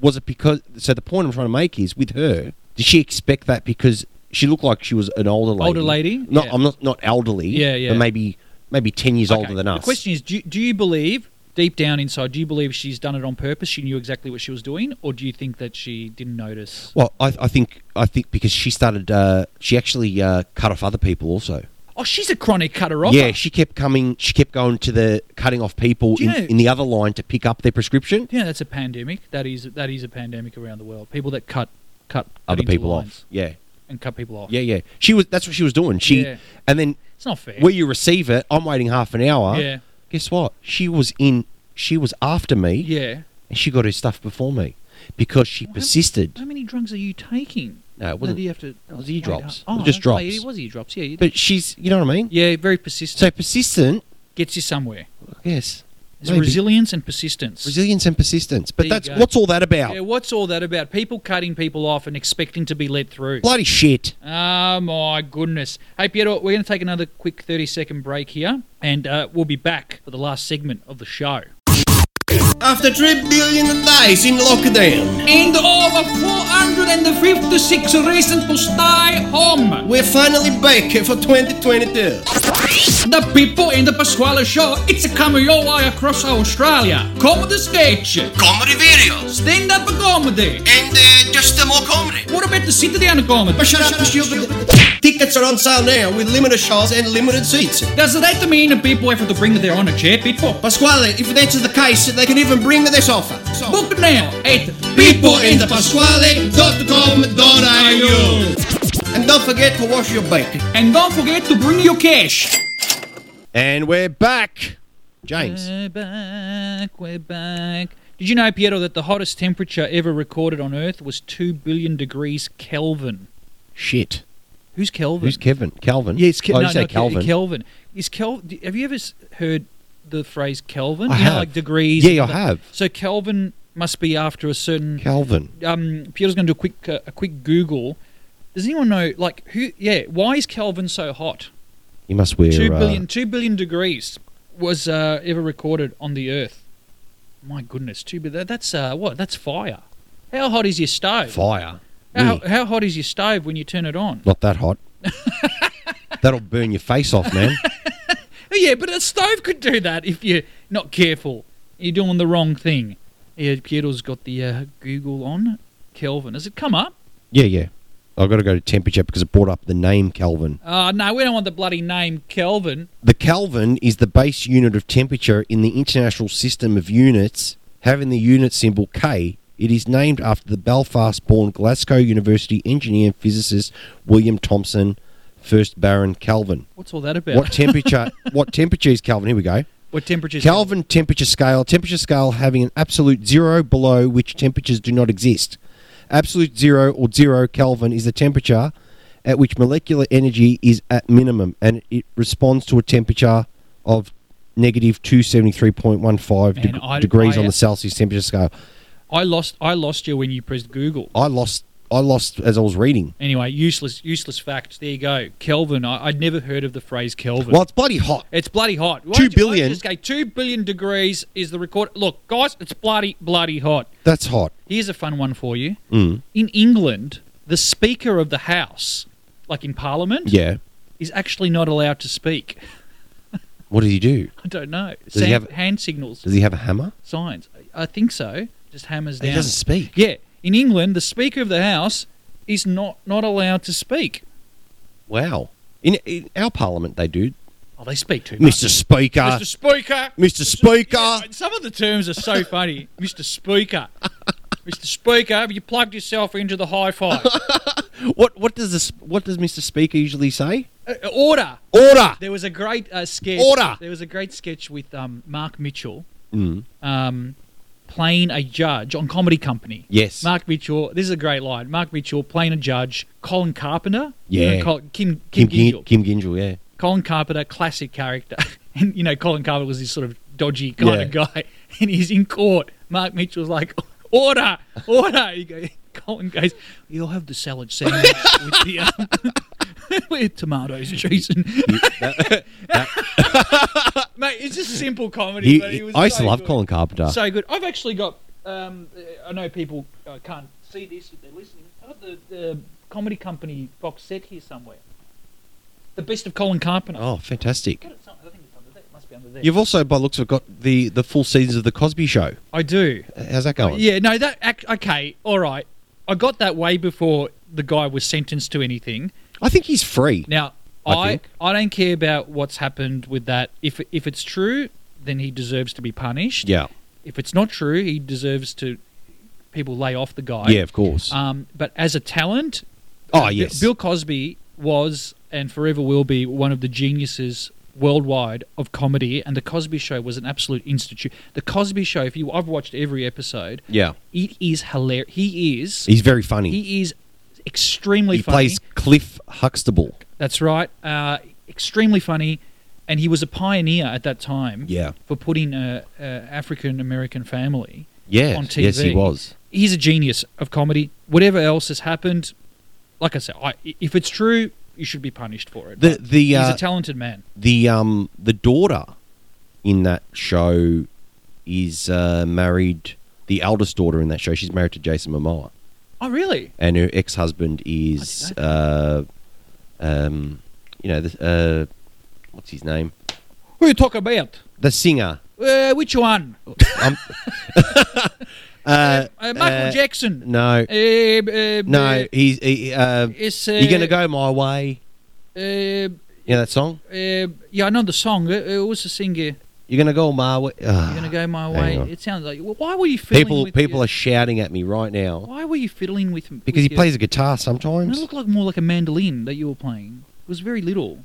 Speaker 4: was it because? So the point I'm trying to make is with her. Did she expect that because she looked like she was an older lady?
Speaker 3: Older lady?
Speaker 4: No,
Speaker 3: Yeah.
Speaker 4: I'm not not elderly.
Speaker 3: Yeah, yeah.
Speaker 4: But maybe maybe ten years
Speaker 3: Okay,
Speaker 4: older than us.
Speaker 3: The question is, do, do you believe deep down inside, do you believe she's done it on purpose? She knew exactly what she was doing, or do you think that she didn't notice?
Speaker 4: Well, I, I think I think because she started, uh, she actually uh, cut off other people also.
Speaker 3: Oh, she's a chronic cutter off.
Speaker 4: Yeah, she kept coming. She kept going to the cutting off people
Speaker 3: Do you
Speaker 4: in,
Speaker 3: know-
Speaker 4: in the other line to pick up their prescription.
Speaker 3: Yeah, that's a pandemic. That is that is a pandemic around the world. People that cut cut
Speaker 4: Other
Speaker 3: into
Speaker 4: people
Speaker 3: lines
Speaker 4: off. Yeah,
Speaker 3: and cut people off.
Speaker 4: yeah, yeah. She was. That's what she was doing. She
Speaker 3: Yeah.
Speaker 4: and then
Speaker 3: it's not fair.
Speaker 4: where you receive it, I'm waiting half an hour.
Speaker 3: Yeah.
Speaker 4: Guess what? She was in. She was after me.
Speaker 3: yeah.
Speaker 4: And she got her stuff before me because she persisted.
Speaker 3: How many drugs are you taking?
Speaker 4: No, it
Speaker 3: Well,
Speaker 4: wasn't.
Speaker 3: do you have to?
Speaker 4: it was eardrops.
Speaker 3: Oh,
Speaker 4: It was just
Speaker 3: okay,
Speaker 4: drops.
Speaker 3: It was eardrops. Yeah, you-
Speaker 4: But she's. You know what I mean?
Speaker 3: yeah, very persistent.
Speaker 4: So persistent.
Speaker 3: Gets you somewhere.
Speaker 4: Yes.
Speaker 3: It's
Speaker 4: Maybe.
Speaker 3: resilience and persistence.
Speaker 4: Resilience and persistence. But
Speaker 3: There you
Speaker 4: that's
Speaker 3: go.
Speaker 4: what's all that about?
Speaker 3: yeah, what's all that about? People cutting people off and expecting to be let through.
Speaker 4: Bloody shit.
Speaker 3: Oh my goodness. Hey, Piero, we're going to take another quick 30 second break here, and uh, we'll be back for the last segment of the show.
Speaker 5: After 3 billion days in lockdown,
Speaker 2: And over 456 recent to stay home.
Speaker 5: we're finally back for 2022.
Speaker 2: The Pippo and the Pasquale show, it's coming your way across Australia. Comedy sketch,
Speaker 5: Comedy videos
Speaker 2: stand up comedy.
Speaker 5: and uh, just uh, more comedy.
Speaker 2: What about the sit-down comedy?
Speaker 5: But shut up, stupid. Tickets are on sale now with limited shows and limited seats.
Speaker 2: Does that mean people have to bring their own chair, people?
Speaker 5: Pasquale, if that's the case, they can even bring this offer. So,
Speaker 2: Book now at
Speaker 5: And don't forget to wash your back.
Speaker 2: And don't forget to bring your cash.
Speaker 4: And we're back. James.
Speaker 3: We're back, we're back. Did you know, Piero, that the hottest temperature ever recorded on Earth was 2 billion degrees Kelvin?
Speaker 4: Shit.
Speaker 3: Who's Kelvin?
Speaker 4: Who's Kevin? Calvin.
Speaker 3: Yeah, it's Ke-
Speaker 4: Oh, you
Speaker 3: no,
Speaker 4: say
Speaker 3: no, Ke-
Speaker 4: Calvin.
Speaker 3: Kelvin. Is Kel- d- have you ever s- heard the phrase Kelvin?
Speaker 4: I
Speaker 3: you
Speaker 4: have.
Speaker 3: Know, like degrees.
Speaker 4: Yeah, I have.
Speaker 3: So Kelvin must be after a certain.
Speaker 4: Calvin.
Speaker 3: um, Peter's going to do a quick uh, a quick Google. Does anyone know like who? Yeah, why is Kelvin so hot?
Speaker 4: You must wear.
Speaker 3: Two
Speaker 4: uh,
Speaker 3: billion, two billion degrees was uh, ever recorded on the Earth. My goodness, two billion. That, that's uh, what? That's fire. How hot is your stove?
Speaker 4: fire.
Speaker 3: How,
Speaker 4: Yeah.
Speaker 3: how hot is your stove when you turn it on?
Speaker 4: Not that hot. That'll burn your face off, man.
Speaker 3: Oh, yeah, but a stove could do that if you're not careful. You're doing the wrong thing. Yeah, Pietro's got the uh, Google on Kelvin. Has it come up?
Speaker 4: yeah, yeah. I've got to go to temperature because it brought up the name Kelvin.
Speaker 3: Uh, no, we don't want the bloody name Kelvin.
Speaker 4: The Kelvin is the base unit of temperature in the International System of Units, having the unit symbol K. It is named after the Belfast born Glasgow University engineer and physicist William Thomson first Baron Calvin.
Speaker 3: What's all that about?
Speaker 4: What temperature? what temperature is Calvin? Here we go.
Speaker 3: What temperature? is
Speaker 4: Kelvin temperature scale, temperature scale having an absolute zero below which temperatures do not exist. Absolute zero or zero Kelvin is the temperature at which molecular energy is at minimum and it responds to a temperature of negative 273.15
Speaker 3: Man,
Speaker 4: deg-
Speaker 3: I-
Speaker 4: degrees
Speaker 3: I-
Speaker 4: on the Celsius temperature scale.
Speaker 3: I lost. I lost you when you pressed Google.
Speaker 4: I lost I lost as I was reading.
Speaker 3: Anyway, useless, useless facts. There you go. Kelvin. I, I'd never heard of the phrase Kelvin.
Speaker 4: Well, it's bloody hot.
Speaker 3: It's bloody hot. Why
Speaker 4: Two
Speaker 3: don't you- why don't you
Speaker 4: billion.
Speaker 3: Just go, two billion degrees is the record. Look, guys, it's bloody, bloody hot.
Speaker 4: That's hot.
Speaker 3: Here's a fun one for you.
Speaker 4: Mm.
Speaker 3: In England, the Speaker of the House, like in Parliament,
Speaker 4: Yeah.
Speaker 3: is actually not allowed to speak.
Speaker 4: What does he do?
Speaker 3: I don't know.
Speaker 4: he
Speaker 3: Sam-
Speaker 4: have-
Speaker 3: hand signals,
Speaker 4: Does he have a hammer?
Speaker 3: signs. I think so. Just hammers down.
Speaker 4: He doesn't speak.
Speaker 3: Yeah, in England, the Speaker of the House is not not allowed to speak.
Speaker 4: Wow. In, in our parliament they do.
Speaker 3: Oh, they speak too much.
Speaker 4: Mr. Speaker.
Speaker 3: Mr. Speaker.
Speaker 4: Mr. Speaker.
Speaker 3: Yeah, some of the terms are so funny. Mr. Speaker. Mr. Speaker, have you plugged yourself into the high five? Uh,
Speaker 4: What what does this what does Mr. Speaker usually say?
Speaker 3: Uh, order.
Speaker 4: Order.
Speaker 3: There was a great uh, sketch.
Speaker 4: Order. Mm.
Speaker 3: There was a great sketch with um, Mark Mitchell um, playing a judge on Comedy Company.
Speaker 4: Yes.
Speaker 3: Mark Mitchell. This is a great line. Mark Mitchell playing a judge. Colin Carpenter.
Speaker 4: Yeah.
Speaker 3: You know, Col- Kim Kim,
Speaker 4: Kim Gin-
Speaker 3: Kim
Speaker 4: Kim Gingell, yeah.
Speaker 3: Colin Carpenter, classic character. And, you know, Colin Carpenter was this sort of dodgy kind of
Speaker 4: Yeah.
Speaker 3: guy. And he's in court. Mark Mitchell's like, order, order. He go, Colin goes, you'll have the salad sandwich with the um, with tomatoes, cheese, and. Mate, it's just simple comedy.
Speaker 4: He,
Speaker 3: but it was
Speaker 4: I used
Speaker 3: so
Speaker 4: to love
Speaker 3: good.
Speaker 4: Colin Carpenter.
Speaker 3: So good. I've actually got, um, I know people uh, can't see this if they're listening. I've got the, the Comedy Company box set here somewhere. The best of Colin Carpenter.
Speaker 4: oh, fantastic.
Speaker 3: Got it some- I think it's under there. It must be under there.
Speaker 4: You've also by the looks have got the the full seasons of the Cosby show.
Speaker 3: I do.
Speaker 4: How's that going?
Speaker 3: Oh. Yeah, no, that. ac- Okay, all right. I got that way before the guy was sentenced to anything.
Speaker 4: I think he's free.
Speaker 3: Now, I
Speaker 4: I
Speaker 3: I,
Speaker 4: think.
Speaker 3: don't care about what's happened with that. If if it's true, then he deserves to be punished.
Speaker 4: yeah.
Speaker 3: If it's not true, he deserves to people lay off the guy.
Speaker 4: Yeah, of course.
Speaker 3: Um, but as a talent,
Speaker 4: oh,
Speaker 3: uh, Bi-
Speaker 4: yes.
Speaker 3: Bill Cosby was and forever will be one of the geniuses worldwide of comedy, and the Cosby Show was an absolute institute. The Cosby Show, if you, I've watched every episode.
Speaker 4: yeah.
Speaker 3: It is hilarious. He is.
Speaker 4: He's very funny. He,
Speaker 3: He is extremely funny.
Speaker 4: plays Cliff Huxtable.
Speaker 3: That's right. Uh, extremely funny, and he was a pioneer at that time.
Speaker 4: Yeah.
Speaker 3: For putting a, a African American family
Speaker 4: Yeah.
Speaker 3: on TV.
Speaker 4: Yes, he was.
Speaker 3: He's a genius of comedy. Whatever else has happened, like I said, I, if it's true, you should be punished for it.
Speaker 4: The
Speaker 3: But
Speaker 4: the
Speaker 3: he's
Speaker 4: uh,
Speaker 3: a talented man.
Speaker 4: the um the daughter in that show is uh, married. The eldest daughter in that show, she's married to Jason Momoa.
Speaker 3: Oh, really?
Speaker 4: and her ex-husband is uh, um, you know the, uh, what's his name
Speaker 3: Who you talk about?
Speaker 4: the singer
Speaker 3: Uh, which one?
Speaker 4: um,
Speaker 3: Uh, Michael
Speaker 4: uh,
Speaker 3: Jackson.
Speaker 4: no
Speaker 3: Uh, uh,
Speaker 4: no he's he, uh,
Speaker 3: It's,
Speaker 4: you're gonna
Speaker 3: uh,
Speaker 4: go my way
Speaker 3: Uh,
Speaker 4: you know that song
Speaker 3: uh, yeah, I know the song. Uh, uh, what's the singer?
Speaker 4: you're gonna go my way
Speaker 3: You're gonna
Speaker 4: Ugh.
Speaker 3: go my
Speaker 4: hang
Speaker 3: way.
Speaker 4: on.
Speaker 3: It sounds like. Well, why were you fiddling
Speaker 4: people
Speaker 3: with
Speaker 4: people
Speaker 3: your,
Speaker 4: are shouting at me right now
Speaker 3: Why were you fiddling with?
Speaker 4: because he
Speaker 3: with your-
Speaker 4: plays a guitar
Speaker 3: It
Speaker 4: sometimes
Speaker 3: looked like more like a mandolin that you were playing. It was very little.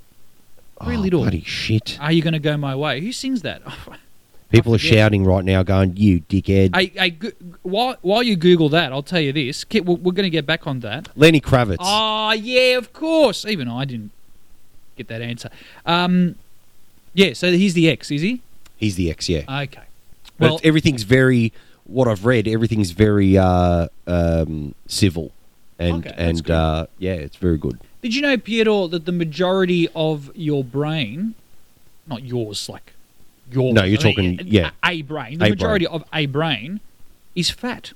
Speaker 3: Very
Speaker 4: Oh,
Speaker 3: little.
Speaker 4: bloody shit
Speaker 3: Are you gonna go my way? Who sings that?
Speaker 4: people are
Speaker 3: forget.
Speaker 4: shouting right now going you dickhead
Speaker 3: I, I go- while while you Google that, I'll tell you this. Ki- We're, we're gonna get back on that.
Speaker 4: Lenny Kravitz
Speaker 3: Ah, yeah, of course. Even I didn't get that answer. Um, yeah. So he's the ex, is he?
Speaker 4: he's the ex yeah
Speaker 3: Okay.
Speaker 4: But
Speaker 3: Well,
Speaker 4: everything's very what I've read. Everything's very uh, um, civil, and
Speaker 3: Okay, that's
Speaker 4: and
Speaker 3: good.
Speaker 4: uh, yeah, it's very good.
Speaker 3: Did you know, Pietro, that the majority of your brain, not yours, like your
Speaker 4: No, you're
Speaker 3: I mean,
Speaker 4: talking-
Speaker 3: a-
Speaker 4: yeah.
Speaker 3: a brain. The
Speaker 4: A
Speaker 3: majority of a brain is fat.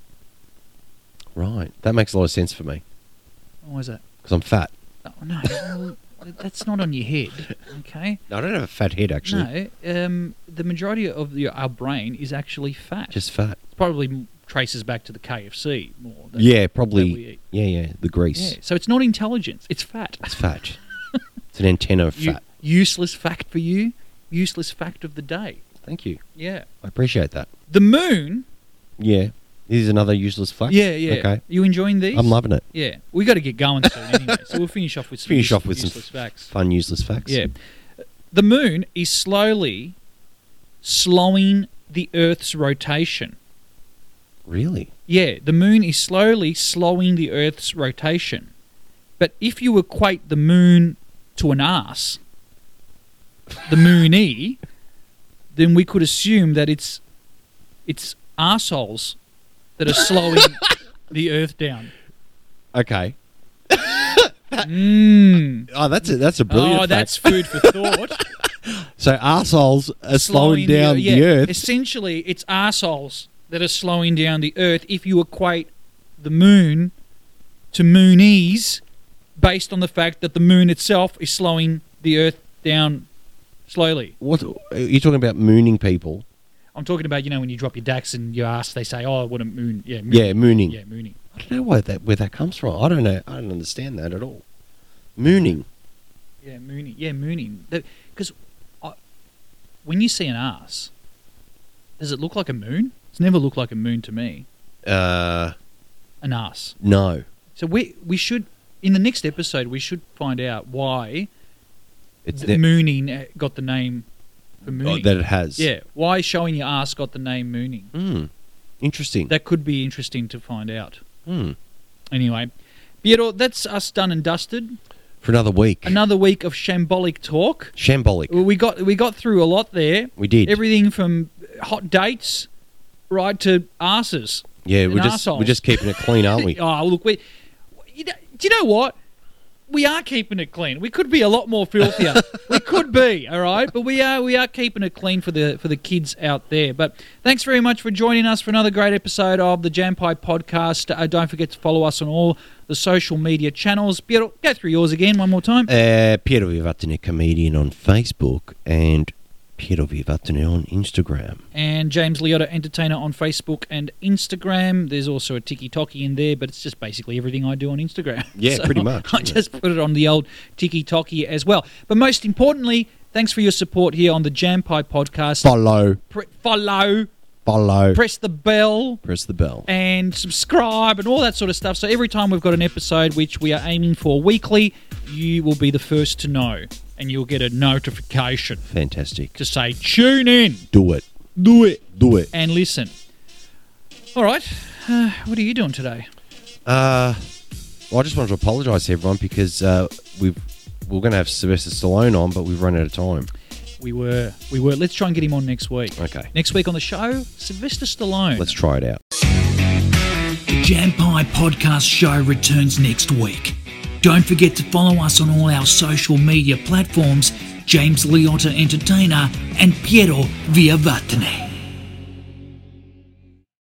Speaker 4: Right, that makes a lot of sense for me
Speaker 3: Why is that?
Speaker 4: because I'm fat.
Speaker 3: Oh, no, well, that's not on your head. Okay.
Speaker 4: No, I don't have a fat head actually.
Speaker 3: No, um, the majority of your, our brain is actually fat.
Speaker 4: Just fat.
Speaker 3: It probably traces back to the KFC more. Than,
Speaker 4: yeah,
Speaker 3: that we
Speaker 4: probably.
Speaker 3: eat.
Speaker 4: Yeah, yeah. The grease.
Speaker 3: Yeah. So it's not intelligence. It's fat.
Speaker 4: It's fat. it's an antenna of
Speaker 3: U-
Speaker 4: fat.
Speaker 3: useless fact for you. Useless fact of the day.
Speaker 4: Thank you.
Speaker 3: Yeah.
Speaker 4: I appreciate that.
Speaker 3: The moon
Speaker 4: Yeah. He's another useless fuck.
Speaker 3: Yeah, yeah.
Speaker 4: Okay.
Speaker 3: You enjoying these?
Speaker 4: I'm loving it.
Speaker 3: Yeah, we got to get going soon anyway. so we'll finish off with some
Speaker 4: Finish
Speaker 3: useless,
Speaker 4: off with some
Speaker 3: useless facts.
Speaker 4: Fun, useless facts.
Speaker 3: Yeah, the moon is slowly slowing the Earth's rotation.
Speaker 4: Really?
Speaker 3: Yeah, the moon is slowly slowing the Earth's rotation. But if you equate the moon to an ass, the moonee, then we could assume that it's it's assholes that are slowing the Earth down.
Speaker 4: Okay.
Speaker 3: Mm.
Speaker 4: Oh, that's a, that's a brilliant
Speaker 3: Oh,
Speaker 4: fact.
Speaker 3: that's food for thought.
Speaker 4: So assholes are slowing,
Speaker 3: the-
Speaker 4: down the,
Speaker 3: yeah.
Speaker 4: earth.
Speaker 3: Essentially, it's assholes that are slowing down the earth if you equate the moon to moonies based on the fact that the moon itself is slowing the earth down slowly.
Speaker 4: What are you talking about? Mooning people?
Speaker 3: I'm talking about, you know, when you drop your dax and your ass, they say, oh, what a moon. Yeah, moon.
Speaker 4: Yeah, mooning.
Speaker 3: Yeah, mooning.
Speaker 4: I don't know where that where that comes from. I don't know. I don't understand that at all. Mooning.
Speaker 3: Yeah, mooning. Yeah, mooning. Because when you see an ass, does it look like a moon? It's never looked like a moon to me.
Speaker 4: Uh,
Speaker 3: An ass.
Speaker 4: no.
Speaker 3: So we we should in the next episode we should find out why
Speaker 4: It's
Speaker 3: th-
Speaker 4: that,
Speaker 3: mooning uh, got the name for mooning.
Speaker 4: oh, that it has.
Speaker 3: yeah, why showing your ass got the name mooning?
Speaker 4: Hmm. Interesting.
Speaker 3: That could be interesting to find out.
Speaker 4: Hmm.
Speaker 3: Anyway, Piero, that's us done and dusted.
Speaker 4: For another week.
Speaker 3: Another week of shambolic talk.
Speaker 4: Shambolic.
Speaker 3: Well, We got we got through a lot there.
Speaker 4: We did.
Speaker 3: Everything from hot dates right to asses.
Speaker 4: yeah, we're
Speaker 3: and
Speaker 4: just
Speaker 3: arseholes.
Speaker 4: we're just keeping it clean, aren't we?
Speaker 3: Oh, look, we. You know, do you know what? We are keeping it clean. We could be a lot more filthier. we could be, all right, but we are we are keeping it clean for the for the kids out there. But thanks very much for joining us for another great episode of the Jam Pie Podcast. Uh, don't forget to follow us on all the social media channels. Piero, go through yours again one more time.
Speaker 4: Uh, Piero Vivatine comedian on Facebook and Piero Vivatine on Instagram.
Speaker 3: and James Liotta Entertainer on Facebook and Instagram. There's also a Tiki Toki in there, but it's just basically everything I do on Instagram.
Speaker 4: Yeah, pretty much,
Speaker 3: I
Speaker 4: isn't it?
Speaker 3: just put it on the old Tiki Toki as well. But most importantly, thanks for your support here on the Jam Pie Podcast.
Speaker 4: Follow,
Speaker 3: Pre- follow,
Speaker 4: follow.
Speaker 3: press the bell.
Speaker 4: Press the bell.
Speaker 3: And subscribe and all that sort of stuff. So every time we've got an episode, which we are aiming for weekly, you will be the first to know, and you'll get a notification
Speaker 4: Fantastic.
Speaker 3: to say tune in
Speaker 4: Do it. Do it. Do it.
Speaker 3: and listen. All right, uh, what are you doing today?
Speaker 4: Uh, well, I just wanted to apologise to everyone because uh, we've we're going to have Sylvester Stallone on, but we've run out of time.
Speaker 3: We were, we were. Let's try and get him on next week.
Speaker 4: Okay.
Speaker 3: Next week on the show, Sylvester Stallone.
Speaker 4: Let's try it out.
Speaker 2: The Jam Pie Podcast Show returns next week. Don't forget to follow us on all our social media platforms James Liotta Entertainer and Piero Viavatane.